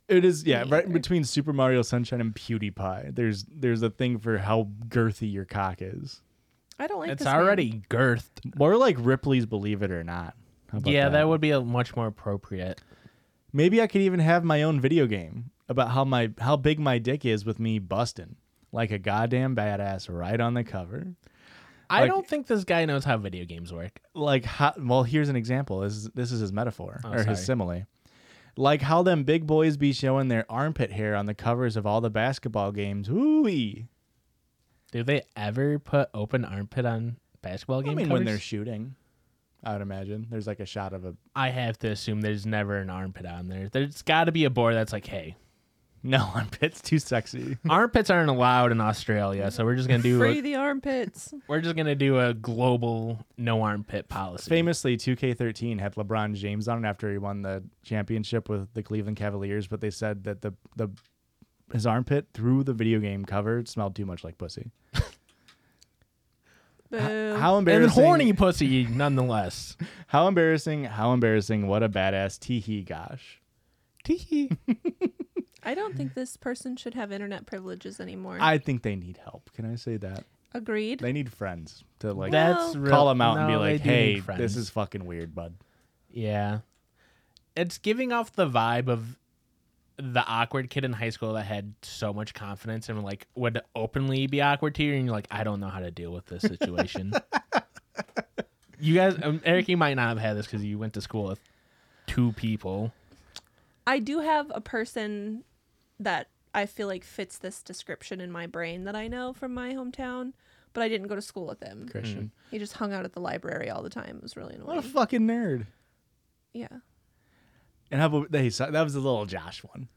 S1: it. It is yeah,
S2: Me
S1: right
S2: either.
S1: between Super Mario Sunshine and PewDiePie. There's there's a thing for how girthy your cock is.
S2: I don't like
S3: It's
S2: this man.
S3: already girthed.
S1: More like Ripley's Believe It or Not. How about
S3: Yeah,
S1: that?
S3: that would be a much more appropriate.
S1: Maybe I could even have my own video game about how my how big my dick is with me busting like a goddamn badass right on the cover.
S3: I
S1: Like-
S3: don't think this guy knows how video games work.
S1: Like how, well, here's an example. This is, this is his metaphor or his
S3: Oh, sorry.
S1: simile. Like how them big boys be showing their armpit hair on the covers of all the basketball games. Ooh-wee.
S3: Do they ever put open armpit on basketball game
S1: I mean,
S3: covers?
S1: when they're shooting, I would imagine there's like a shot of a
S3: I have to assume there's never an armpit on there. There's got to be a board that's like, hey,
S1: no armpit's too sexy.
S3: armpits aren't allowed in Australia, so we're just gonna do
S2: free
S3: a,
S2: the armpits.
S3: we're just gonna do a global no armpit policy.
S1: Famously, 2K13 had LeBron James on after he won the championship with the Cleveland Cavaliers, but they said that the the his armpit through the video game cover smelled too much like pussy.
S2: Boo.
S1: How
S3: and
S1: embarrassing!
S3: horny pussy, nonetheless.
S1: How embarrassing! How embarrassing! What a badass teehee gosh.
S3: Teehee.
S2: I don't think this person should have internet privileges anymore.
S1: I think they need help. Can I say that?
S2: Agreed.
S1: They need friends to like
S3: That's real.
S1: call them out and be
S3: no, they
S1: like,
S3: do need
S1: "Hey,
S3: friends.
S1: this is fucking weird, bud."
S3: yeah." It's giving off the vibe of the awkward kid in high school that had so much confidence and like would openly be awkward to you, and you're like, "I don't know how to deal with this situation." you guys, um, Eric, you might not have had this because you went to school with two people.
S2: I do have a person that I feel like fits this description in my brain that I know from my hometown, but I didn't go to school with him.
S1: Christian,
S2: He just hung out at the library all the time. It was really
S1: what a
S2: annoying.
S1: fucking nerd.
S2: yeah.
S1: And how about hey, so that was a little Josh one.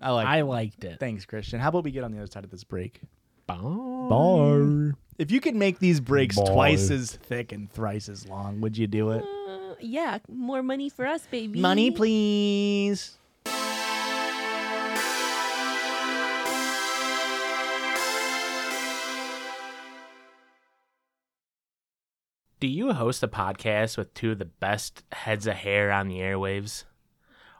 S1: I like.
S3: I liked it.
S1: Thanks, Christian. How about we get on the other side of this break?
S3: Bye.
S1: Bar. If you could make these breaks
S3: Bar.
S1: twice as thick and thrice as long, would you do it?
S2: Uh, yeah, more money for us, baby.
S1: Money, please.
S3: Do you host a podcast with two of the best heads of hair on the airwaves?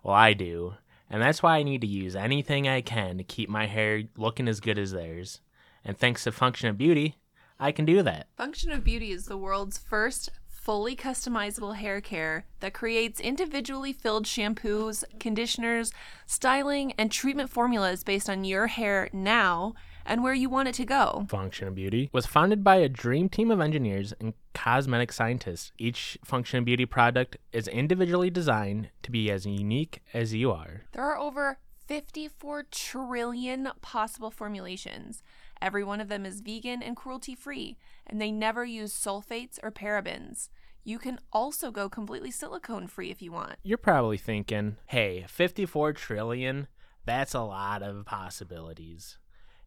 S3: Well, I do, and that's why I need to use anything I can to keep my hair looking as good as theirs. And thanks to Function of Beauty, I can do that.
S4: Function of Beauty is the world's first fully customizable hair care that creates individually filled shampoos, conditioners, styling, and treatment formulas based on your hair now and where you want it to go.
S3: Function of Beauty was founded by a dream team of engineers and cosmetic scientists. Each Function of Beauty product is individually designed to be as unique as you are.
S4: There are over 54 trillion possible formulations. Every one of them is vegan and cruelty free, and they never use sulfates or parabens. You can also go completely silicone free if you want.
S3: You're probably thinking, hey, 54 trillion, that's a lot of possibilities.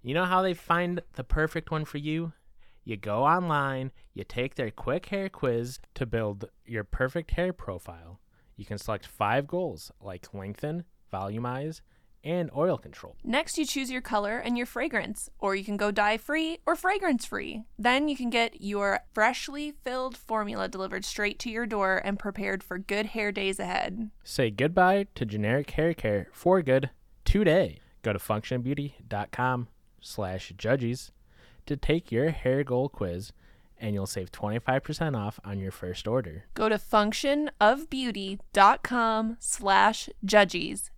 S3: You know how they find the perfect one for you? You go online, you take their quick hair quiz to build your perfect hair profile. You can select five goals like lengthen, volumize, and oil control.
S4: Next, you choose your color and your fragrance, or you can go dye free or fragrance free. Then you can get your freshly filled formula delivered straight to your door and prepared for good hair days ahead.
S3: Say goodbye to generic hair care for good today. Go to functionbeauty.com slash judges to take your hair goal quiz and you'll save 25% off on your first order.
S4: Go to functionofbeauty.com slash judges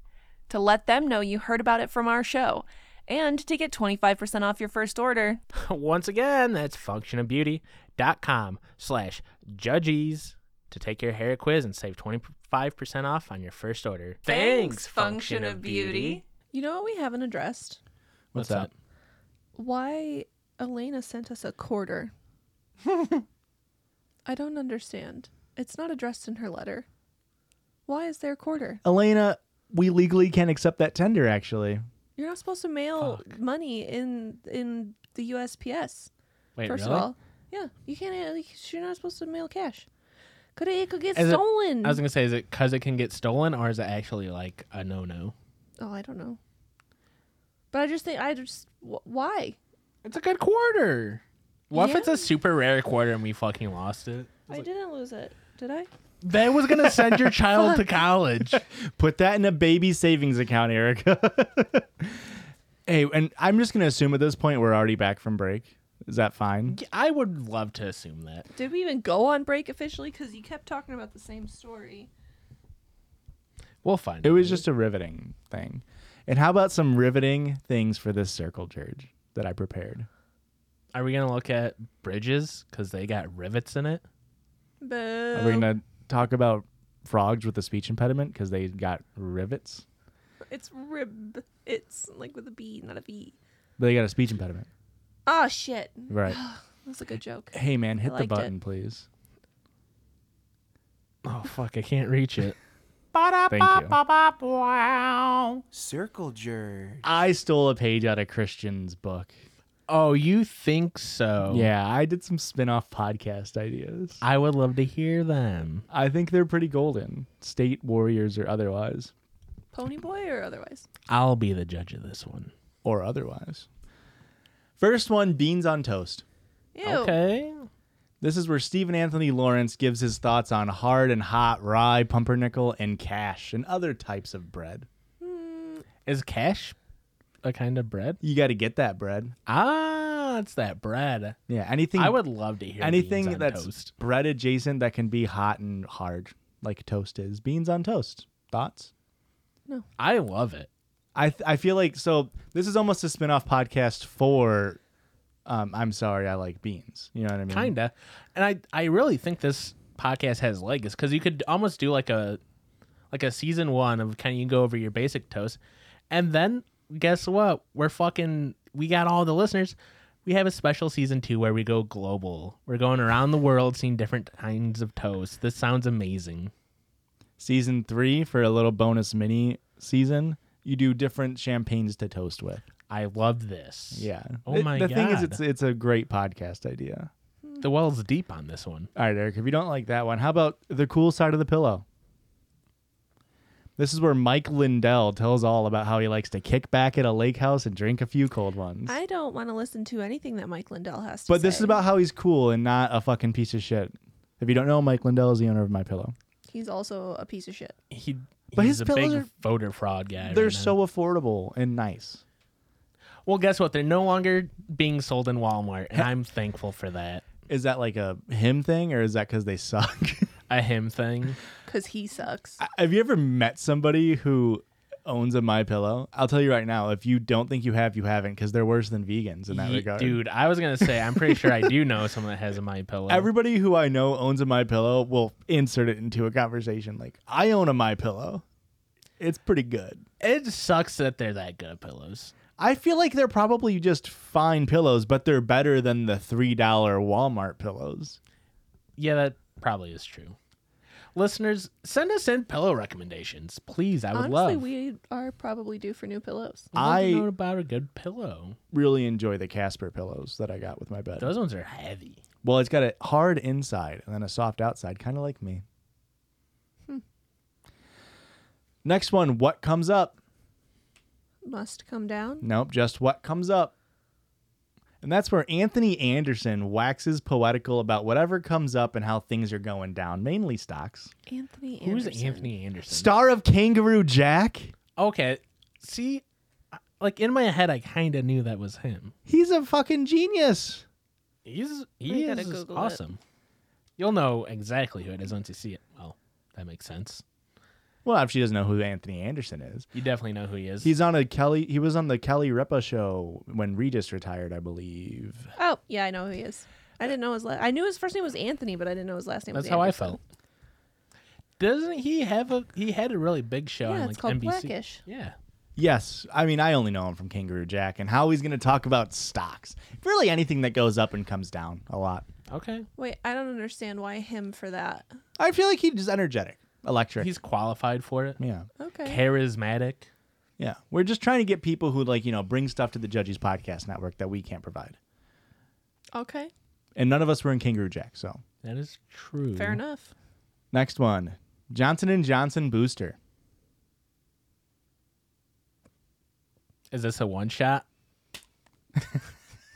S4: to let them know you heard about it from our show and to get 25% off your first order.
S3: Once again, that's functionofbeauty.com slash judges to take your hair quiz and save 25% off on your first order.
S4: Thanks, Function of Beauty.
S2: You know what we haven't addressed?
S1: What's,
S3: What's
S1: up?
S3: up?
S2: Why Elena sent us a quarter. I don't understand. It's not addressed in her letter. Why is there a quarter?
S1: Elena, we legally can't accept that tender, actually.
S2: You're not supposed to mail money in in the USPS.
S3: Wait,
S2: first
S3: really?
S2: of all, yeah, you can't. like, You're not supposed to mail cash. Could it, it could get
S3: Is it-
S2: stolen?
S3: I was gonna say, is it because it can get stolen, or is it actually like a no-no?
S2: oh, I don't know. But I just think I just wh- why
S3: It's a good quarter. What if
S2: Yeah.
S3: it's a super rare quarter and we fucking lost it?
S2: I didn't lose it. Did I?
S3: That was gonna send your child to college.
S1: Put that in a baby savings account, Erica. hey, and I'm just gonna assume at this point we're already back from break. Is that fine?
S3: I would love to assume that.
S2: Did we even go on break officially? Because you kept talking about the same story.
S3: We'll find.
S1: It
S3: out.
S1: was just a riveting thing. And how about some riveting things for this circle, George, that I prepared?
S3: Are we gonna look at bridges because they got rivets in it?
S2: Boo.
S1: Are we gonna talk about frogs with a speech impediment because they got rivets?
S2: It's rib. It's like with a B, not a V.
S1: They got a speech impediment,
S2: Oh shit.
S1: right?
S2: That's a good joke.
S1: hey man, hit the
S2: liked it.
S1: button, please.
S3: Oh fuck! I can't reach it.
S1: Thank you.
S5: Circle jerk.
S1: I stole a page out of Christian's book.
S3: Oh, you think so?
S1: Yeah, I did some spin-off podcast ideas.
S3: I would love to hear them.
S1: I think they're pretty golden, state warriors or otherwise,
S2: Pony boy or otherwise.
S3: I'll be the judge of this one.
S1: or otherwise. First one, beans on toast.
S2: Ew.
S3: Okay.
S1: This is where Stephen Anthony Lawrence gives his thoughts on hard and hot rye, pumpernickel, and cash, and other types of bread.
S3: Is cash a kind of bread?
S1: You got to get that bread.
S3: Ah, it's that bread.
S1: Yeah, anything.
S3: I would love to hear beans
S1: anything
S3: on
S1: that's
S3: toast.
S1: bread adjacent that can be hot and hard, like toast is. Beans on toast. Thoughts?
S3: I love it.
S1: I th- I feel like so this is almost a spin-off podcast for um I'm sorry I like beans. You know what I mean?
S3: Kinda. And I I really think this podcast has legs because you could almost do like a like a season one of kind of you go over your basic toast, and then guess what? We're fucking we got all the listeners. We have a special season two where we go global. We're going around the world, seeing different kinds of toast. This sounds amazing.
S1: Season 3 for a little bonus mini season, you do different champagnes to toast with.
S3: I love this.
S1: Yeah.
S3: Oh
S1: It-
S3: my
S1: the
S3: god.
S1: thing is it's it's a great podcast idea.
S3: the well's deep on this one.
S1: All right, Eric, if you don't like that one, how about the cool side of the pillow? This is where Mike Lindell tells all about how he likes to kick back at a lake house and drink a few cold ones.
S2: I don't want to listen to anything that Mike Lindell has to
S1: But this
S2: say.
S1: is about how he's cool and not a fucking piece of shit. If you don't know, Mike Lindell is the owner of My Pillow.
S2: He's also a piece of shit.
S3: He
S1: But
S3: he's
S1: his
S3: a big
S1: pillows are-
S3: voter fraud guy. right
S1: They're
S3: now.
S1: so affordable and nice.
S3: Well, guess what? They're no longer being sold in Walmart, and I'm thankful for that.
S1: Is that like a him thing, or is that because they suck?
S3: A him thing.
S2: Because he sucks.
S1: have you ever met somebody who owns a My Pillow? I'll tell you right now, if you don't think you have, you haven't, because they're worse than vegans in that
S3: Ye-
S1: regard.
S3: Dude, I was gonna say I'm pretty sure I do know someone that has a my pillow.
S1: Everybody who I know owns a My Pillow will insert it into a conversation like, "I own a My Pillow. It's pretty good."
S3: it sucks that they're that good at pillows.
S1: I feel like they're probably just fine pillows, but they're better than the $3 Walmart pillows.
S3: Yeah, that probably is true. Listeners, send us in pillow recommendations, please. I would
S2: Honestly,
S3: love.
S2: we are probably due for new pillows.
S3: I'd love to
S1: I-
S3: know about a good pillow.
S1: Really enjoy the Casper pillows that I got with my bed.
S3: Those ones are heavy.
S1: well, it's got a hard inside and then a soft outside, kind of like me. Next one, what comes up?
S2: Must come down.
S1: Nope, just what comes up. And that's where Anthony Anderson waxes poetical about whatever comes up and how things are going down, mainly stocks.
S2: Anthony
S3: Who's
S2: Anderson.
S3: Anthony Anderson?
S1: Star of Kangaroo Jack?
S3: Okay, see, I- like in my head, I kind of knew that was him.
S1: He's a fucking genius.
S3: He's he
S2: gotta
S3: is
S2: Google it.
S3: awesome. You'll know exactly who it is once you see it. Well, that makes sense.
S1: Well, if she doesn't know who Anthony Anderson is,
S3: You definitely know who he is.
S1: he's on a Kelly. He was on the Kelly Ripa show when Regis retired, I believe.
S2: Oh, yeah, I know who he is. I didn't know his last. I knew his first name was Anthony, but I didn't know his last name.
S3: That's
S2: was
S3: how I
S2: Anderson.
S3: felt. Doesn't he have a? He had a really big show
S2: Yeah,
S3: on
S2: it's
S3: like
S2: called
S3: NBC.
S2: Blackish.
S3: Yeah,
S1: Yes, I mean I only know him from Kangaroo Jack and how he's going to talk about stocks. Really, anything that goes up and comes down a lot.
S3: okay.
S2: Wait, I don't understand why him for that.
S1: I feel like he's just energetic, electric.
S3: He's qualified for it.
S1: yeah,
S2: Okay.
S3: Charismatic.
S1: Yeah, we're just trying to get people who like you know bring stuff to the Judges Podcast Network that we can't provide,
S2: Okay.
S1: and none of us were in Kangaroo Jack. So
S3: That is true.
S2: Fair enough.
S1: next one, Johnson and Johnson booster.
S3: Is this a one shot?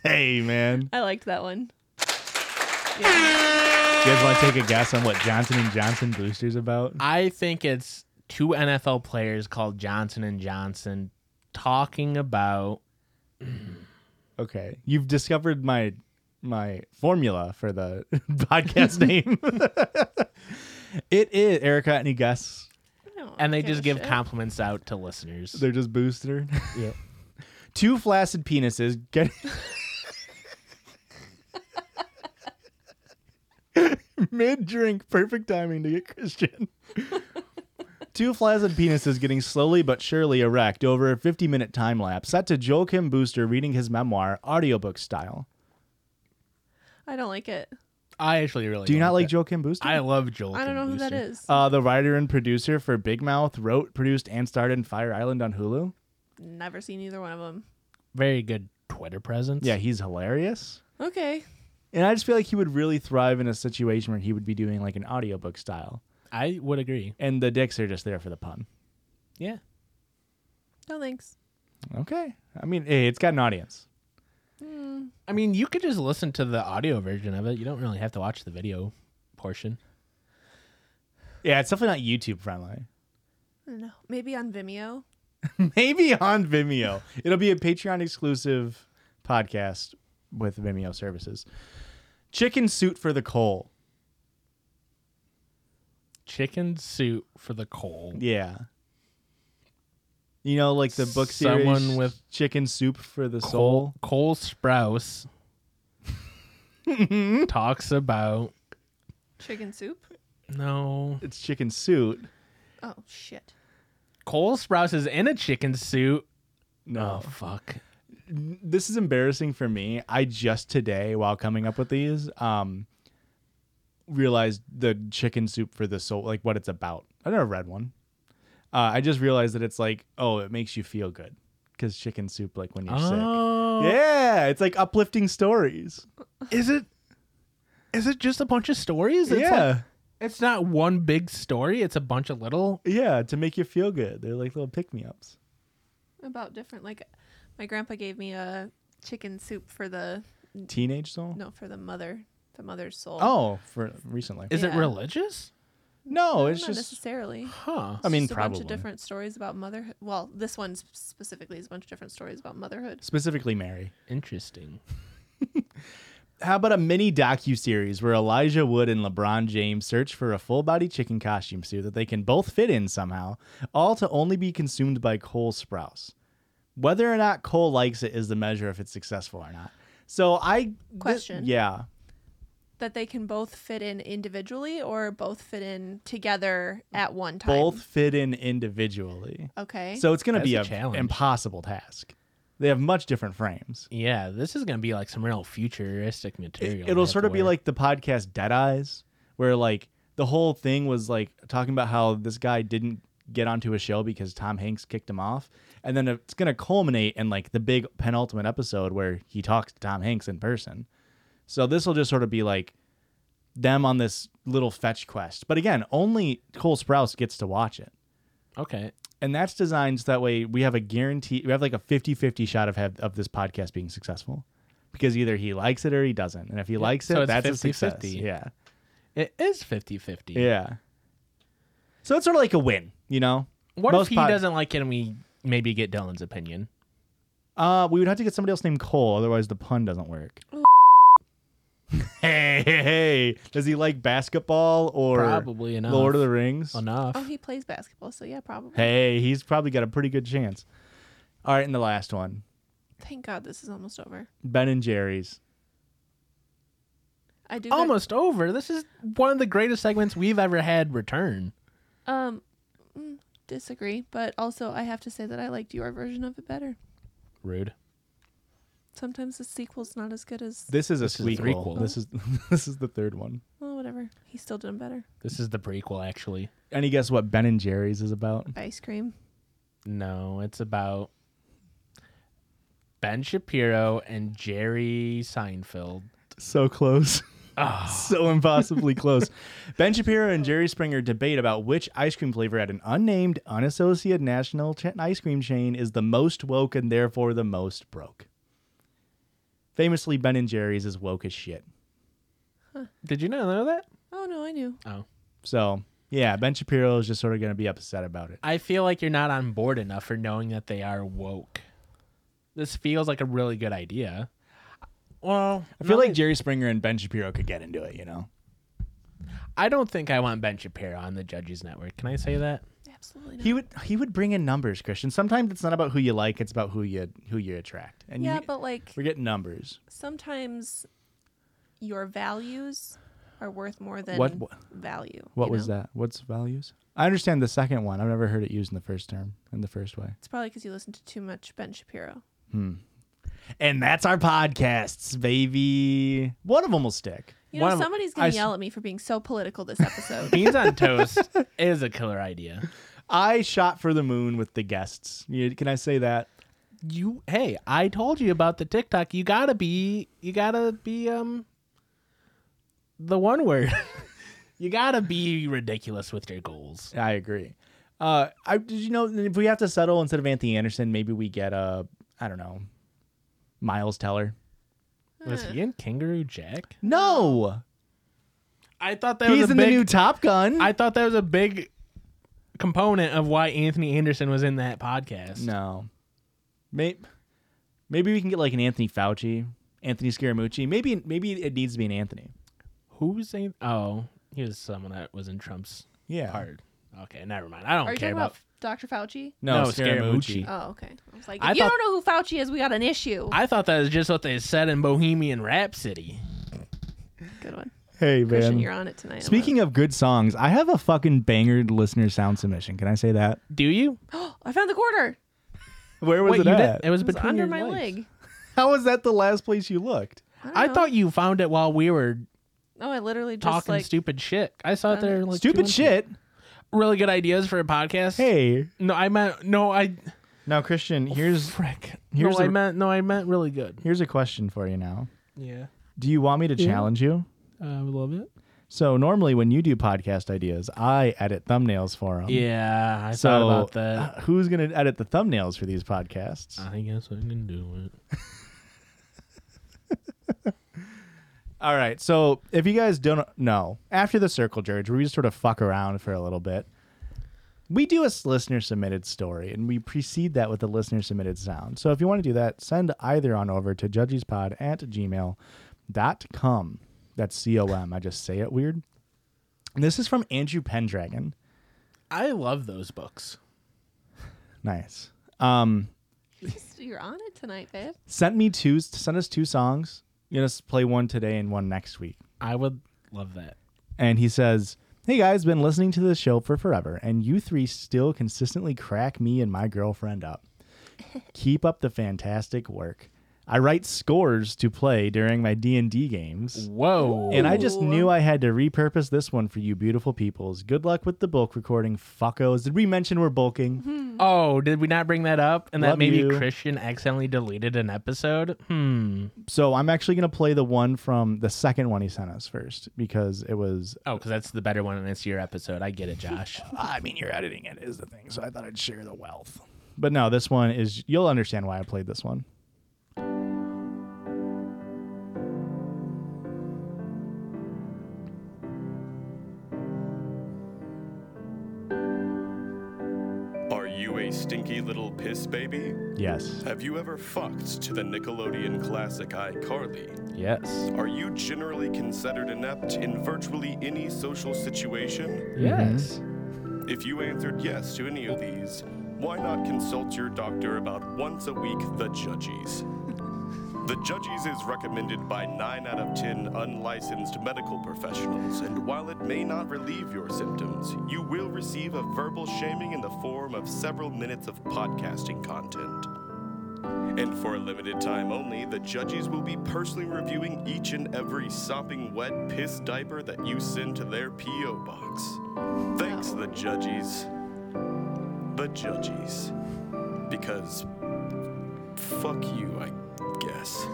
S1: Hey man,
S2: I liked that one.
S1: you guys want to take a guess on what Johnson and Johnson boosters about?
S3: I think it's two NFL players called Johnson and Johnson talking about
S1: Okay, you've discovered my my formula for the podcast name. it is Erica. Any guess?
S2: I don't
S3: and they
S2: give a
S3: just give
S2: shit.
S3: compliments out to listeners.
S1: They're just booster. Two flaccid penises get mid drink. Perfect timing to get Christian. Two flaccid penises getting slowly but surely erect over a 50 minute time lapse set to Joel Kim Booster reading his memoir, audiobook style.
S2: I don't like it.
S3: I actually really
S1: Do you not like
S3: that.
S1: Joel Kim Booster?
S3: I love Joel.
S2: I don't know who that
S3: Kinbooster.
S2: is.
S1: Uh, the writer and producer for Big Mouth wrote, produced, and starred in Fire Island on Hulu.
S2: Never seen either one of them.
S3: Very good Twitter presence.
S1: Yeah, he's hilarious.
S2: Okay.
S1: And I just feel like he would really thrive in a situation where he would be doing like an audiobook style.
S3: I would agree.
S1: And the dicks are just there for the pun.
S3: Yeah.
S2: No thanks.
S1: Okay. I mean, hey, it's got an audience.
S3: I mean, you could just listen to the audio version of it. You don't really have to watch the video portion.
S1: Yeah, it's definitely not YouTube friendly.
S2: I don't know. Maybe on Vimeo.
S1: Maybe on Vimeo. It'll be a Patreon exclusive podcast with Vimeo services. Chicken suit for the coal.
S3: Chicken soup for the cold.
S1: Yeah. You know, like the book series,
S3: Someone with
S1: chicken soup for the
S3: Cole
S1: soul.
S3: Cole Sprouse talks about
S2: Chicken soup.
S3: no.
S1: It's chicken suit.
S2: Oh shit.
S3: Cole Sprouse is in a chicken suit.
S1: No,
S3: Oh fuck.
S1: Um, this is embarrassing for me. I just today, while coming up with these, um, realized the chicken soup for the soul, like what it's about. I never read one. Uh, I just realized that it's like, oh, it makes you feel good because chicken soup, like when you're
S3: Oh,
S1: sick. Yeah, it's like uplifting stories.
S3: is it? Is it just a bunch of stories? It's
S1: yeah,
S3: like- it's not one big story. It's a bunch of little.
S1: yeah, to make you feel good. They're like little pick me ups.
S2: About different like my grandpa gave me a chicken soup for the
S1: Teenage soul.
S2: no for the mother, the mother's soul.
S1: Oh, for recently.
S3: Is it
S2: Yeah.
S3: religious?
S1: no, it's
S2: Not
S1: just.
S2: necessarily.
S3: Huh.
S1: I mean,
S2: just a
S1: probably
S2: bunch of different stories about motherhood. Well, this one sp- specifically is a bunch of different stories about motherhood.
S1: specifically Mary.
S3: Interesting.
S1: How about a mini docu series where Elijah Wood and LeBron James search for a full body chicken costume suit that they can both fit in somehow, all to only be consumed by Cole Sprouse. Whether or not Cole likes it is the measure if it's successful or not. So I thi-
S2: Question.
S1: yeah,
S2: That they can both fit in individually or both fit in together at one time.
S1: both fit in individually.
S2: Okay.
S1: So it's going to
S3: That's
S1: be
S3: a
S1: an
S3: challenge.
S1: impossible task. They have much different frames.
S3: Yeah, this is gonna be like some real futuristic material.
S1: It'll
S3: we have
S1: sort
S3: to
S1: of be
S3: wear.
S1: like the podcast Dead Eyes, where like the whole thing was like talking about how this guy didn't get onto a show because Tom Hanks kicked him off, and then it's gonna culminate in like the big penultimate episode where he talks to Tom Hanks in person. So this will just sort of be like them on this little fetch quest, but again, only Cole Sprouse gets to watch it.
S3: okay.
S1: And that's designed so that way we have a guarantee, we have like a 50 50 shot of, have, of this podcast being successful because either he likes it or he doesn't. And if he likes it,
S3: So it's
S1: that's a
S3: 50-50.
S1: success. Yeah.
S3: It is 50-50.
S1: Yeah. So it's sort of like a win, you know?
S3: What
S1: Most
S3: if he
S1: pod-
S3: doesn't like it and we maybe get Dylan's opinion?
S1: Uh, we would have to get somebody else named Cole, otherwise the pun doesn't work. hey, hey, hey. Does he like basketball or
S3: Probably enough.
S1: Lord of the Rings?
S3: Enough.
S2: oh, he plays basketball, so yeah, probably.
S1: Hey, he's probably got a pretty good chance. All right, and the last one
S2: Thank God this is almost over.
S1: Ben and Jerry's.
S2: I do. got-
S3: Almost over. This is one of the greatest segments we've ever had return.
S2: Um, mm, disagree, but also I have to say that I liked your version of it better.
S3: Rude.
S2: Sometimes the sequel's not as good as
S1: This is a
S3: This is a
S1: squeak
S3: threequel.
S1: This is this is the third one.
S2: well, whatever. He still did 'em better.
S3: This is the prequel, actually.
S1: Any guess what Ben and Jerry's is about?
S2: Ice cream.
S3: No, it's about Ben Shapiro and Jerry Seinfeld.
S1: So close.
S3: Ah.
S1: so impossibly close. Ben Shapiro and Jerry Springer debate about which ice cream flavor at an unnamed, unassociated national ch- ice cream chain is the most woke and therefore the most broke. Famously, Ben and Jerry's is woke as shit.
S3: Did you not know that?
S2: Oh no, I knew.
S3: Oh.
S1: So, yeah, Ben Shapiro is just sort of going to be upset about it.
S3: I feel like you're not on board enough for knowing that they are woke. This feels like a really good idea. Well,
S1: I feel like Jerry Springer and Ben Shapiro could get into it, you know?
S3: I don't think I want Ben Shapiro on the Judges Network. Can I say that?
S2: Absolutely not.
S1: He would he would bring in numbers, Christian. Sometimes it's not about who you like, it's about who you who you attract. And
S2: yeah,
S1: you,
S2: but like
S1: we're getting numbers.
S2: sometimes your values are worth more than
S1: What- what-
S2: value.
S1: What
S2: you
S1: was
S2: know?
S1: that? What's values? I understand the second one. I've never heard it used in the first term, in the first way.
S2: It's probably because you listen to too much Ben Shapiro.
S1: And that's our podcasts, baby. One of them will stick.
S2: You
S3: One
S2: know,
S3: of-
S2: somebody's
S1: I
S2: gonna
S1: s-
S2: yell at me for being so political this episode.
S3: Beans on toast is a killer idea.
S1: I shot for the moon with the guests. You- Can I say that?
S3: You hey, I told you about the TikTok. You gotta be you gotta be um the one word. you gotta be ridiculous with your goals.
S1: I agree. Uh, I did you know that if we have to settle instead of Anthony Anderson, maybe we get a I don't know, Miles Teller.
S3: Was he in Kangaroo Jack?
S1: No,
S3: I thought that
S1: he's
S3: was a
S1: in
S3: big
S1: the new Top Gun.
S3: I thought that was a big component of why Anthony Anderson was in that podcast.
S1: No. Maybe, maybe we can get like an Anthony Fauci, Anthony Scaramucci. Maybe maybe it needs to be an Anthony.
S3: Who's saying Oh, he was someone that was in Trump's
S1: Yeah.
S3: part. Okay, never mind. I don't
S2: Are you
S3: care
S2: talking about,
S3: about,
S2: Dr. Fauci?
S1: No,
S3: No,
S1: Scaramucci.
S3: Scaramucci.
S2: Oh, okay. I was like, if
S3: I
S2: you
S3: thought-
S2: don't know who Fauci is, we got an issue.
S3: I thought that was just what they said in Bohemian Rhapsody.
S2: Good one.
S1: Hey
S2: Christian, you're on it tonight. I love
S1: Speaking of good songs, I have a fucking banger listener sound submission. Can I say that?
S3: Do you?
S2: it. I found the quarter.
S1: Where was
S3: Wait,
S1: it
S3: you
S1: at?
S3: did- It was
S2: It was
S3: between
S2: under
S3: your
S2: my
S3: legs.
S2: leg.
S1: How was that the last place you looked?
S3: I, thought you found it while we were
S2: Oh, I literally just
S3: talking
S2: like
S3: stupid shit. I saw it
S2: done
S3: there. Like two
S1: Stupid
S3: months ago.
S1: shit.
S3: Really good ideas for a podcast.
S1: Hey.
S3: No, I meant no. I
S1: Now Christian,
S3: Oh,
S1: here's
S3: frick.
S1: Here's
S3: no, I
S1: the-
S3: meant no. I meant really good.
S1: here's a question for you now.
S3: Yeah,
S1: Do you want me to challenge you?
S3: I would love it.
S1: So normally when you do podcast ideas, I edit thumbnails for them.
S3: Yeah, I
S1: Um, So
S3: thought about that. Uh-huh.
S1: uh, who's going to edit the thumbnails for these podcasts?
S3: I guess I can do it.
S1: All right. So if you guys don't know, after the circle jerk, where we just sort of fuck around for a little bit, we do a s- listener submitted story and we precede that with a listener submitted sound. So if you want to do that, send either on over to judgespod at gmail.com. That's C O M. I just say it weird. And this is from Andrew Pendragon.
S3: I love those books.
S1: Nice. Um,
S2: you're on it tonight, babe.
S1: sent me two, sent us two songs. You're going to play one today and one next week.
S3: I would love that.
S1: and he says, "Hey guys, been listening to this show for forever, and you three still consistently crack me and my girlfriend up. Keep up the fantastic work. I write scores to play during my D and D games."
S3: Whoa!
S1: And I just knew I had to repurpose this one for you beautiful peoples. Good luck with the bulk recording, fuckos. Did we mention we're bulking?
S3: oh, did we not bring that up? And
S1: Love
S3: that maybe
S1: you.
S3: Christian accidentally deleted an episode. Hmm.
S1: So I'm actually going to play the one from the second one he sent us first because it was.
S3: Oh, because that's the better one, and it's your episode. I get it, Josh.
S1: I mean, you're editing it is the thing, so I thought I'd share the wealth. But no, this one is. You'll understand why I played this one.
S5: Are you a stinky little piss baby?
S1: Yes.
S5: Have you ever fucked to the Nickelodeon classic iCarly?
S3: yes.
S5: Are you generally considered inept in virtually any social situation?
S3: Yes.
S5: If you answered yes to any of these, why not consult your doctor about once a week the Judgies? The Judgies is recommended by 9 out of 10 unlicensed medical professionals, and while it may not relieve your symptoms, you will receive a verbal shaming in the form of several minutes of podcasting content. And for a limited time only, the judges will be personally reviewing each and every sopping wet piss diaper that you send to their P.O. box. Thanks, the judges. the judges. Because fuck you, I guess.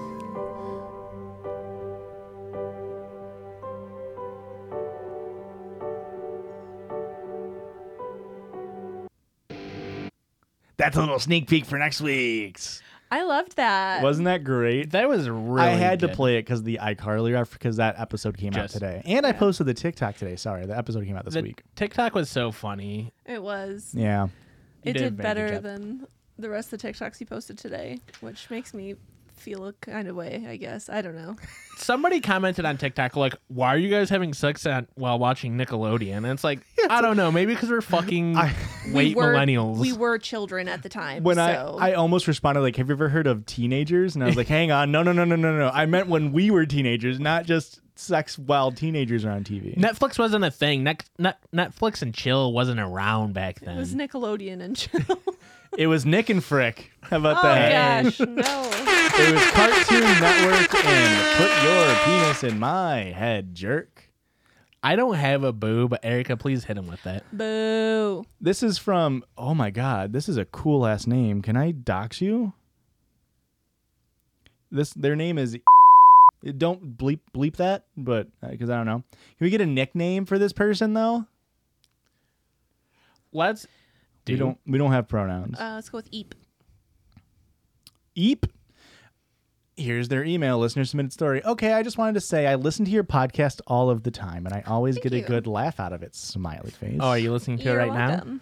S1: That's a little sneak peek for next week's.
S2: I loved that.
S1: Wasn't that great?
S3: Uh, That was really.
S1: I had to
S3: good.
S1: play it because the iCarly ref because that episode came
S3: Just-
S1: out today, and I posted the TikTok today. Sorry, the episode came out this
S3: The
S1: week.
S3: TikTok was so funny.
S2: it was.
S1: Yeah,
S3: You
S2: it
S3: did a
S2: did
S3: very good
S2: better
S3: job.
S2: than the rest of the TikToks you posted today, which makes me feel a kind of way, I guess. I don't know.
S3: Somebody commented on TikTok like, "Why are you guys having sex at while watching Nickelodeon?" And it's like, I don't know, maybe because we're fucking
S2: we
S3: late
S2: were,
S3: millennials.
S2: We were children at the time.
S1: when
S2: so.
S1: I I almost responded like, "Have you ever heard of teenagers?" And I was like, "Hang on, no, no, no, no, no, no. I meant when we were teenagers, not just sex while teenagers are on TV."
S3: Netflix wasn't a thing. Net, net, Netflix and chill wasn't around back then.
S2: it was Nickelodeon and chill.
S1: It was Nick and Frick. How about
S2: oh
S1: that?
S2: gosh, no.
S1: It was Cartoon Network and put your penis in my head, jerk.
S3: I don't have a boob. Erica, please hit him with that.
S2: Boo.
S1: This is from. Oh my god, this is a cool ass name. Can I dox you? This their name is. Don't bleep bleep that, but because I don't know. Can we get a nickname for this person though?
S3: Let's. Do
S1: We don't. We don't have pronouns.
S2: Uh, let's go with Eep.
S1: Eep. Here's their email, listener submitted story. Okay, I just wanted to say I listen to your podcast all of the time, and I always get a
S2: you.
S1: good laugh out of it. Smiley face.
S3: Oh, are you listening to
S2: You're
S3: it right
S2: welcome.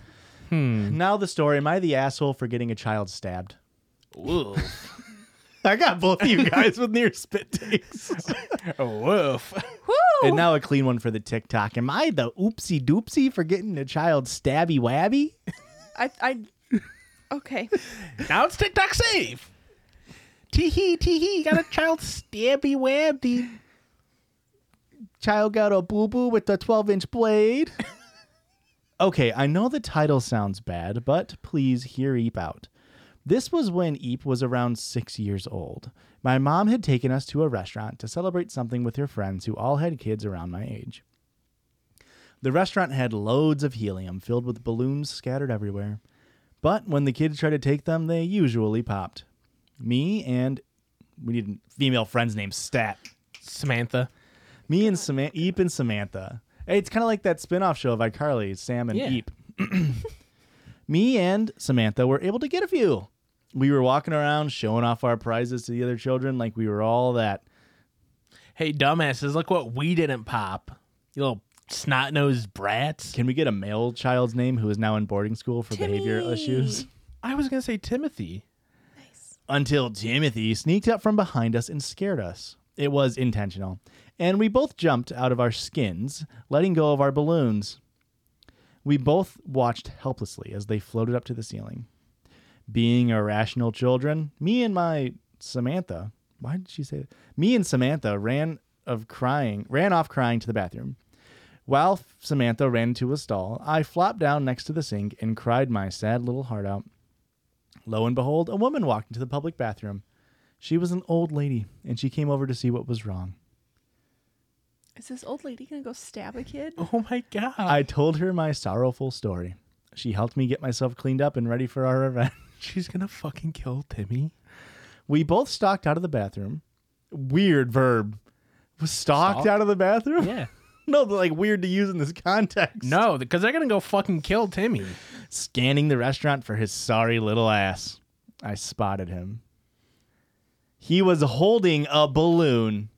S1: Now the story. Am I the asshole for getting a child stabbed?
S3: now? Woof.
S1: I got both of you guys with near spit takes.
S3: Oh, Woof.
S1: And now a clean one for the TikTok. Am I the oopsie doopsie for getting a child stabby wabby?
S2: I, I. Okay.
S3: Now it's TikTok safe. Tee hee, tee hee. Got a child stabby wabby.
S1: Child got a boo boo with a 12 inch blade. okay, I know the title sounds bad, but please hear Eep out. This was when Eep was around six years old. My mom had taken us to a restaurant to celebrate something with her friends who all had kids around my age. The restaurant had loads of helium filled with balloons scattered everywhere. But when the kids tried to take them, they usually popped. Me and we need a female friend's name Stat.
S3: Samantha.
S1: Me and Samantha, Eep and Samantha. Hey, It's kind of like that spin-off show of iCarly, Sam and
S3: Yeah.
S1: Eep. Me and Samantha were able to get a few. We were walking around showing off our prizes to the other children like we were all that.
S3: Hey, dumbasses, look what we didn't pop. You little snot nosed brats.
S1: Can we get a male child's name who is now in boarding school for behavioral
S2: Timmy.
S1: issues?
S3: I was going to say Timothy.
S1: Until Timothy sneaked up from behind us and scared us. It was intentional. And we both jumped out of our skins, letting go of our balloons. We both watched helplessly as they floated up to the ceiling. Being irrational children, me and my Samantha, why did she say that? Me and Samantha ran of crying, ran off crying to the bathroom. While Samantha ran to a stall, I flopped down next to the sink and cried my sad little heart out. Lo and behold, a woman walked into the public bathroom. She was an old lady, and she came over to see what was wrong.
S2: Is this old lady gonna go stab a kid?
S3: Oh my God.
S1: I told her my sorrowful story. She helped me get myself cleaned up and ready for our event.
S3: She's going to fucking kill Timmy.
S1: We both stalked out of the bathroom. Weird verb. Was stalked
S3: Stalked?
S1: out of the bathroom?
S3: Yeah.
S1: no, but like weird to use in this context.
S3: No, because they're going to go fucking kill Timmy.
S1: scanning the restaurant for his sorry little ass. I spotted him. He was holding a balloon.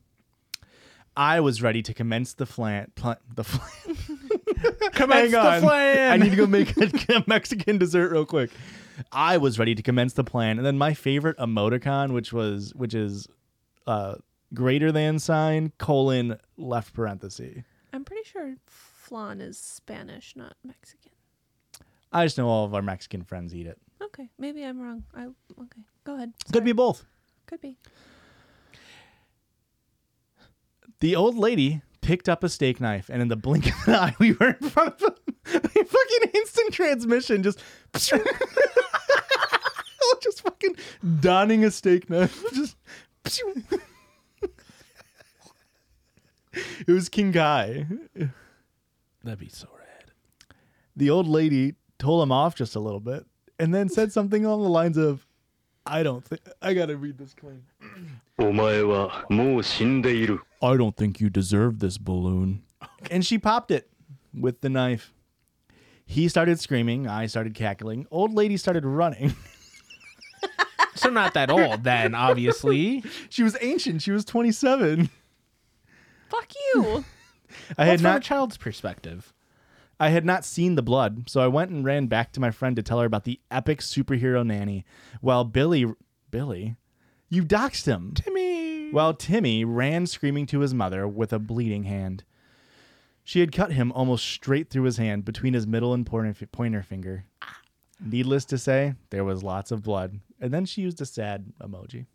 S1: I was ready to commence the flan. Pl- the flan.
S3: Commence the
S1: I
S3: flan.
S1: need to go make a Mexican dessert real quick. I was ready to commence the plan, and then my favorite emoticon, which was which is uh, greater than sign colon left parenthesis.
S2: I'm pretty sure flan is Spanish, not Mexican.
S1: I just know all of our Mexican friends eat it.
S2: Okay, maybe I'm wrong. I okay. Go ahead.
S1: Could be both.
S2: Could be.
S1: The old lady picked up a steak knife, and in the blink of an eye, we were in front of them. fucking instant transmission, just just fucking donning a steak knife. Just it was King Guy.
S3: That'd be so rad.
S1: The old lady told him off just a little bit and then said something along the lines of, I don't think I gotta read this clean.
S6: お前はもう死んでいる。
S1: I don't think you deserve this balloon. And she popped it with the knife. He started screaming. I started cackling. Old lady started running.
S3: So not that old then, obviously.
S1: she was ancient. She was 27.
S2: Fuck you.
S1: I
S3: Well,
S1: had
S3: from a
S1: not
S3: child's perspective.
S1: I had not seen the blood, so I went and ran back to my friend to tell her about the epic superhero nanny. While Billy Billy, you doxed him.
S3: Timmy.
S1: While Timmy ran screaming to his mother with a bleeding hand. She had cut him almost straight through his hand between his middle and pointer, pointer finger. Needless to say, there was lots of blood. And then she used a sad emoji.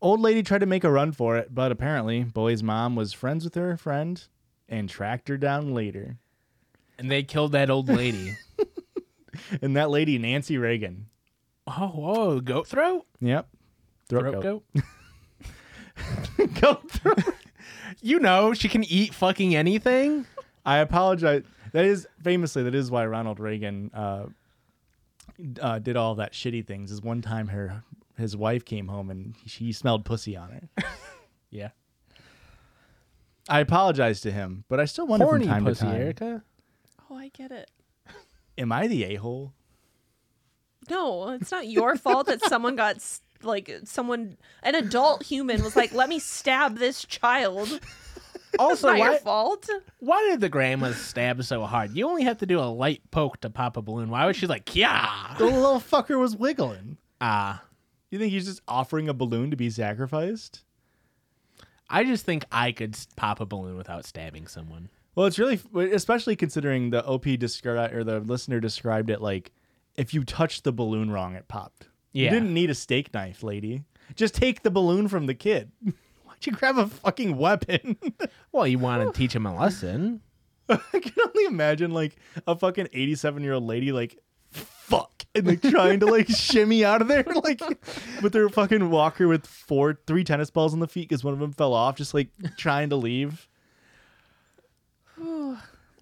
S1: Old lady tried to make a run for it, but apparently, Boy's mom was friends with her friend and tracked her down later.
S3: And they killed that old lady.
S1: And that lady, Nancy Reagan.
S3: oh, whoa, goat throat?
S1: Yep. Throat,
S3: Throat
S1: goat.
S3: goat?
S1: Goat throat.
S3: You know, she can eat fucking anything.
S1: I apologize. That is famously that is why Ronald Reagan uh, uh, did all that shitty things. Is one time her his wife came home and she smelled pussy on her.
S3: Yeah.
S1: I apologize to him, but I still wonder
S3: Horny
S1: from time
S3: pussy,
S1: to time.
S3: Erica.
S2: oh, I get it.
S1: Am I the a hole?
S2: No, it's not your fault that someone got s- like someone an adult human was like, "Let me stab this child." It's
S3: Also,
S2: not your
S3: why,
S2: fault.
S3: why did the grandma stab so hard? You only have to do a light poke to pop a balloon. Why was she like, yeah?
S1: The little fucker was wiggling.
S3: Ah.
S1: You think he's just offering a balloon to be sacrificed?
S3: I just think I could s- pop a balloon without stabbing someone.
S1: Well, it's really, especially considering the OP described or the listener described it like, if you touched the balloon wrong, it popped. You
S3: Yeah.
S1: didn't need a steak knife, lady. Just take the balloon from the kid. Why'd you grab a fucking weapon?
S3: Well, you want to teach him a lesson.
S1: I can only imagine like a fucking eighty-seven year old lady like. Fuck and like trying to like shimmy out of there like with their fucking walker with four three tennis balls on the feet because one of them fell off just like trying to leave.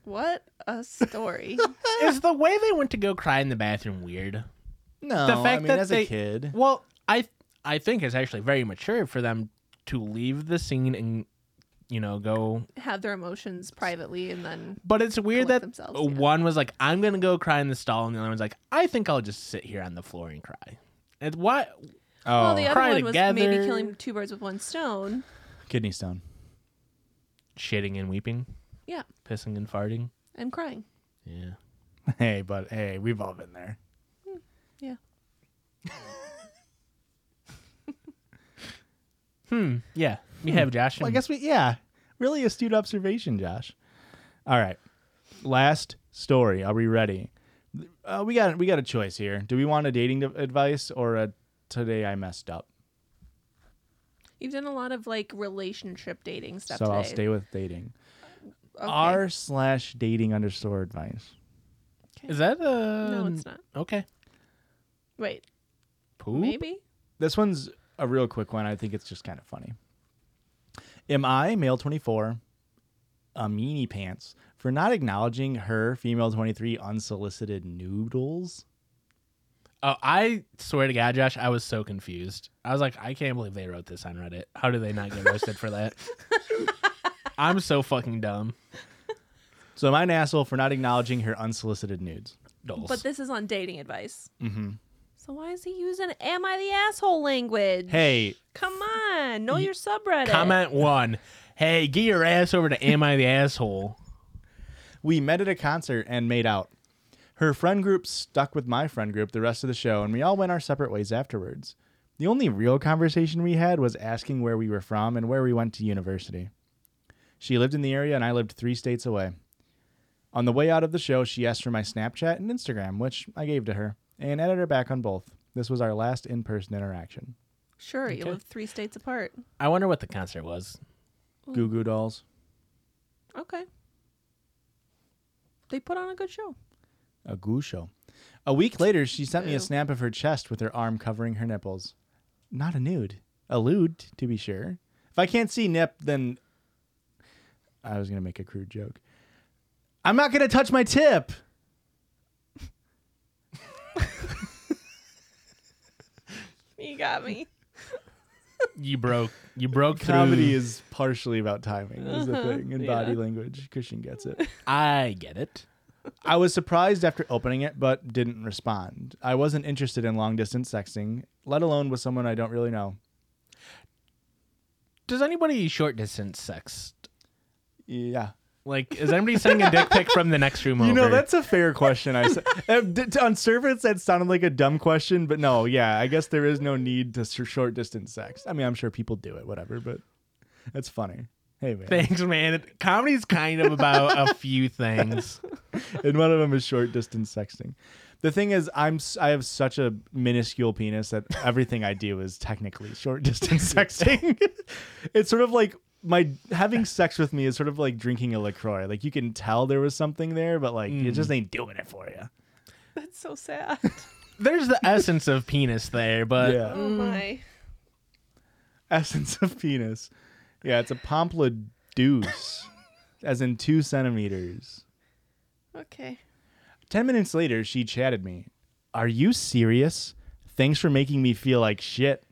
S2: What a story.
S3: Is the way they went to go cry in the bathroom weird?
S1: No,
S3: the fact
S1: I mean
S3: that
S1: as
S3: they,
S1: a kid,
S3: Well, I I think it's actually very mature for them to leave the scene and you know go.
S2: Have their emotions privately and then
S3: But it's weird
S2: Collect
S3: that
S2: themselves, yeah.
S3: one was like, "I'm gonna go cry in the stall," and the other one's like, "I think I'll just sit here on the floor and cry." And why?
S1: oh,
S2: well, the other
S3: Cry
S2: one was maybe
S3: together.
S2: killing two birds with one stone.
S1: kidney stone.
S3: Shitting and weeping,
S2: Yeah,
S3: pissing and farting.
S2: and crying.
S3: Yeah.
S1: Hey, but hey, we've all been there.
S2: Yeah.
S3: Hmm. Yeah. We have Josh.
S1: Well, I
S3: and-
S1: guess we, yeah, really astute observation, Josh. All right, last story. Are we ready? Uh, we got we got a choice here. Do we want a dating advice or a today I messed up?
S2: You've done a lot of like relationship dating stuff
S1: so
S2: today.
S1: I'll stay with dating.
S2: Okay.
S1: R slash dating underscore advice.
S3: Is that a
S2: No, it's not.
S3: Okay.
S2: Wait,
S3: Poop.
S2: maybe?
S1: This one's a real quick one. I think it's just kind of funny. Am I, male 24, a meanie pants for not acknowledging her, female 23, unsolicited noodles?
S3: Oh, I swear to God, Josh, I was so confused. I was like, I can't believe they wrote this on Reddit. How do they not get roasted for that? I'm so fucking dumb.
S1: So am I an asshole for not acknowledging her unsolicited nudes?
S3: Doles.
S2: But this is on dating advice.
S1: Mm-hmm.
S2: So why is he using am I the asshole language?
S1: Hey,
S2: Come on, know your subreddit.
S3: Comment one. Hey, get your ass over to Am I the Asshole?
S1: we met at a concert and made out. Her friend group stuck with my friend group the rest of the show, and we all went our separate ways afterwards. The only real conversation we had was asking where we were from and where we went to university. She lived in the area, and I lived three states away. On the way out of the show, she asked for my Snapchat and Instagram, which I gave to her, and added her back on both. This was our last in person interaction.
S2: Sure, you
S3: Okay.
S2: live three states apart.
S3: I wonder what the concert was.
S1: Goo Goo Dolls.
S2: Okay. They put on a good show.
S1: A goo show. A week later, she sent me
S2: Ew.
S1: a snap of her chest with her arm covering her nipples. Not a nude. A lewd, to be sure. If I can't see nip, then I was going to make a crude joke. I'm not gonna touch my tip.
S2: You got me.
S3: You broke. You broke through.
S1: Comedy is partially about timing, is the thing, and body language. Christian gets it.
S3: I get it.
S1: I was surprised after opening it, but didn't respond. I wasn't interested in long distance sexting, let alone with someone I don't really know.
S3: Does anybody short distance sex?
S1: Yeah.
S3: Like, is anybody sending a dick pic from the next room
S1: You
S3: over?
S1: know, that's a fair question. I said on surface that sounded like a dumb question, but no, yeah, I guess there is no need to s- short distance sex. I mean, I'm sure people do it, whatever, but that's funny. Hey man,
S3: Thanks, man. Comedy's kind of about a few things.
S1: and one of them is short distance sexting. The thing is, I'm s- I have such a minuscule penis that everything I do is technically short distance sexting. it's sort of like my having sex with me is sort of like drinking a Lacroix. Like you can tell there was something there, but like it just ain't doing it for you.
S2: That's so sad.
S3: There's the essence of penis there, but
S1: yeah.
S2: Oh my.
S1: essence of penis. Yeah, it's a pompadour, as in two centimeters.
S2: Okay.
S1: Ten minutes later, she chatted me. Are you serious? Thanks for making me feel like shit.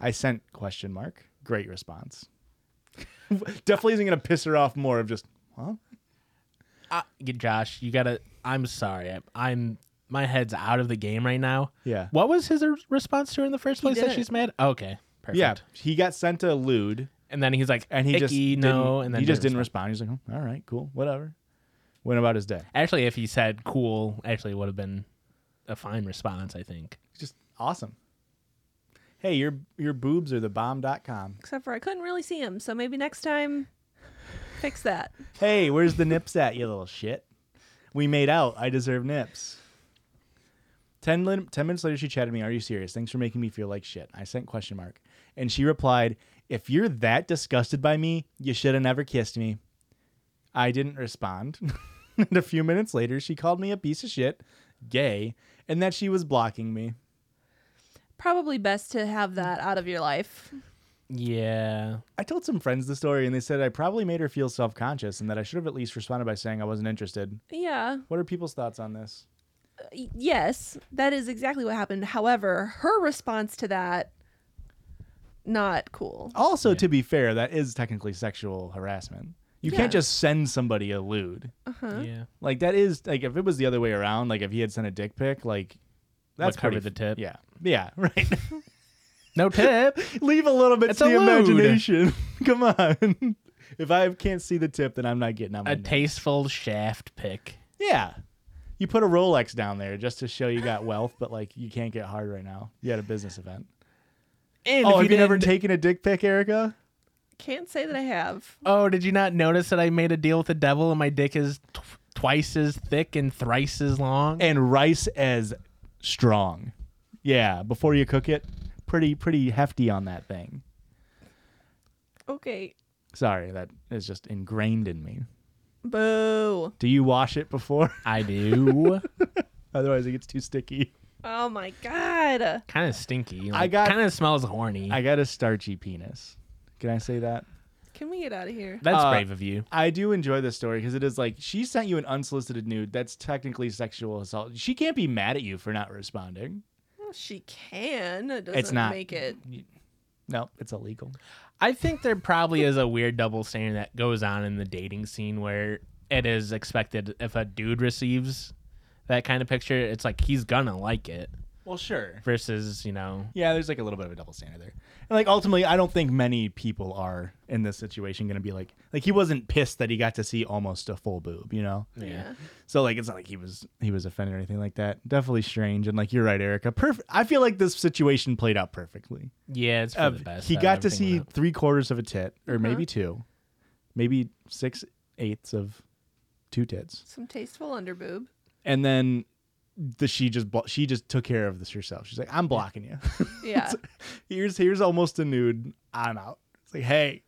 S1: I sent question mark. Great response. Definitely isn't gonna piss her off more of just huh?
S3: I- Josh, you gotta. I'm sorry. I'm, I'm. My head's out of the game right now.
S1: Yeah.
S3: What was his r- response to her in the first place that
S2: didn't.
S3: she's mad? Okay. Perfect.
S1: Yeah, he got sent a lewd,
S3: And then he's like,
S1: and he just
S3: "Icky, no.
S1: didn't-
S3: And then
S1: he just didn't respond. He's like, oh, all right, cool, whatever. Went about his day.
S3: Actually, if he said cool, actually would have been a fine response, I think.
S1: Just awesome. Hey, your your boobs are the bomb.com.
S2: Except for I couldn't really see him, so maybe next time, fix that.
S1: Hey, where's the nips at, you little shit? We made out. I deserve nips. Ten, lin- 10 minutes later, she chatted me, Are you serious? Thanks for making me feel like shit. I sent question mark. And she replied, If you're that disgusted by me, you should have never kissed me. I didn't respond. and a few minutes later, she called me a piece of shit, gay, and that she was blocking me.
S2: Probably best to have that out of your life.
S3: Yeah.
S1: I told some friends the story, and they said I probably made her feel self conscious and that I should have at least responded by saying I wasn't interested.
S2: Yeah.
S1: What are people's thoughts on this?
S2: Y- Yes, that is exactly what happened. However, her response to that, not cool.
S1: Also, to be fair, that is technically sexual harassment. You
S2: Yeah.
S1: can't just send somebody a lewd.
S3: Yeah.
S1: Like that is like if it was the other way around, like if he had sent a dick pic, like that's
S3: What covered
S1: pretty-
S3: the tip?
S1: Yeah, yeah, right.
S3: No tip.
S1: Leave a little bit
S3: It's
S1: to
S3: a
S1: the
S3: lewd.
S1: imagination. Come on. if I can't see the tip, then I'm not getting on my.
S3: a
S1: neck.
S3: tasteful shaft pick.
S1: yeah, you put a Rolex down there just to show you got wealth, but like you can't get hard right now. You had a business event.
S3: And
S1: oh, have you never
S3: didn't-
S1: taken a dick pic, Erica?
S2: Can't say that I have.
S3: Oh, did you not notice that I made a deal with the devil and my dick is tw- twice as thick and thrice as long?
S1: and rice as strong. Yeah, before you cook it, pretty pretty hefty on that thing.
S2: Okay.
S1: Sorry, that is just ingrained in me.
S2: Boo.
S1: Do you wash it before?
S3: I do.
S1: Otherwise, it gets too sticky.
S2: Oh my god.
S3: kind of stinky.
S1: I got-
S3: Kind of smells horny.
S1: I got a starchy penis. Can I say that?
S2: Can we get out of here?
S3: That's
S1: uh,
S3: brave of you.
S1: I do enjoy this story because it is like she sent you an unsolicited nude. That's technically sexual assault. She can't be mad at you for not responding.
S2: Well, she can. It doesn't
S1: It's not.
S2: make it.
S1: No, it's illegal.
S3: I think there probably is a weird double standard that goes on in the dating scene where it is expected if a dude receives that kind of picture, it's like he's gonna like it.
S1: Well, sure.
S3: Versus, you know,
S1: Yeah, there's like a little bit of a double standard there. And like ultimately, I don't think many people are in this situation going to be like like he wasn't pissed that he got to see almost a full boob, you know.
S2: Yeah.
S1: So like it's not like he was he was offended or anything like that. Definitely strange and like you're right, Erica. Perfect. I feel like this situation played out perfectly.
S3: yeah, it's for
S1: Uh,
S3: the best.
S1: he
S3: though.
S1: got to
S3: Everything
S1: see
S3: went out.
S1: three quarters of a tit, or maybe two, maybe six eighths of two tits,
S2: Some tasteful underboob.
S1: and then the she just blo- she just took care of this herself. She's like, I'm blocking you.
S2: Yeah.
S1: here's here's almost a nude. I'm out. It's like, hey,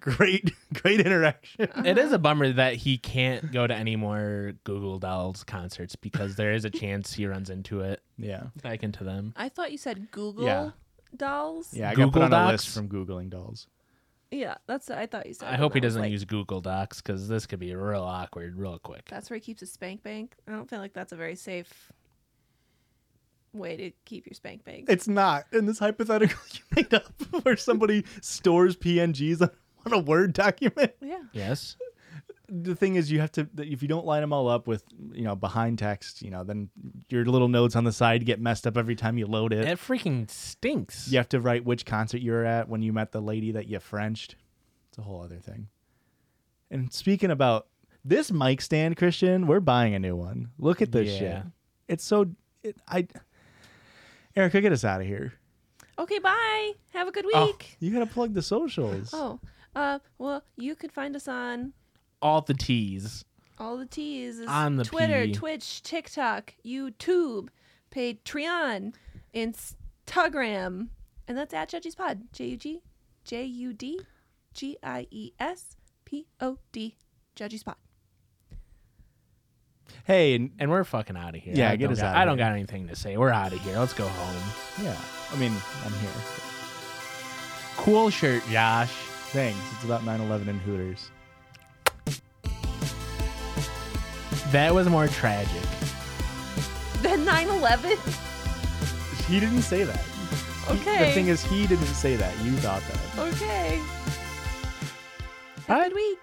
S1: great, great interaction.
S3: It is a bummer that he can't go to any more Google Dolls concerts because there is a chance he runs into it
S1: Yeah,
S3: back into them.
S2: I thought you said Google
S1: Yeah.
S2: dolls.
S1: yeah. I got
S3: Google
S1: put on a list
S3: Docs?
S1: from googling dolls.
S2: Yeah, that's what I thought you said.
S3: I hope he
S2: and was
S3: doesn't
S2: like,
S3: use Google Docs because this could be real awkward real quick.
S2: That's where he keeps his spank bank. I don't feel like that's a very safe way to keep your spank bank.
S1: It's not. And this hypothetical you made up where somebody stores PNGs on, on a Word document.
S2: yeah.
S3: Yes.
S1: The thing is, you have to, if you don't line them all up with, you know, behind text, you know, then your little notes on the side get messed up every time you load it.
S3: That freaking stinks.
S1: You have to write which concert you were at when you met the lady that you Frenched. It's a whole other thing. And speaking about this mic stand, Christian, we're buying a new one. Look at this
S3: Yeah.
S1: shit. It's so. It, I. Erica, get us out of here.
S2: Okay, bye. Have a good
S3: Oh.
S2: week.
S1: You gotta plug the socials.
S2: Oh, uh, well, you could find us on
S3: All the T's.
S2: all the T's. is
S3: On the
S2: Twitter,
S3: P.
S2: Twitch, TikTok, YouTube, Patreon, Instagram, and that's at Judges Pod. J U G J U D G I E S P O D Judges Pod.
S1: Hey, and
S3: And we're fucking out of here.
S1: Yeah,
S3: I
S1: get
S3: don't
S1: us
S3: got-
S1: outta
S3: I don't
S1: here.
S3: got anything to say. We're out of here. Let's go home.
S1: yeah, I mean, I'm here.
S3: Cool shirt, Josh.
S1: Thanks. It's about 9/11 and Hooters.
S3: That was more tragic.
S2: Then 9 11?
S1: He didn't say that. He- the
S2: Okay.
S1: thing is, he didn't say that. You thought that.
S2: Okay. Have
S3: Bye.
S2: a good week.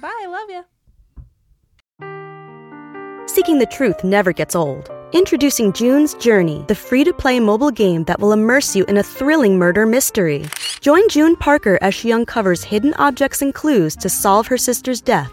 S2: Bye. Love ya.
S7: Seeking the truth never gets old. Introducing June's Journey, the free to play mobile game that will immerse you in a thrilling murder mystery. Join June Parker as she uncovers hidden objects and clues to solve her sister's death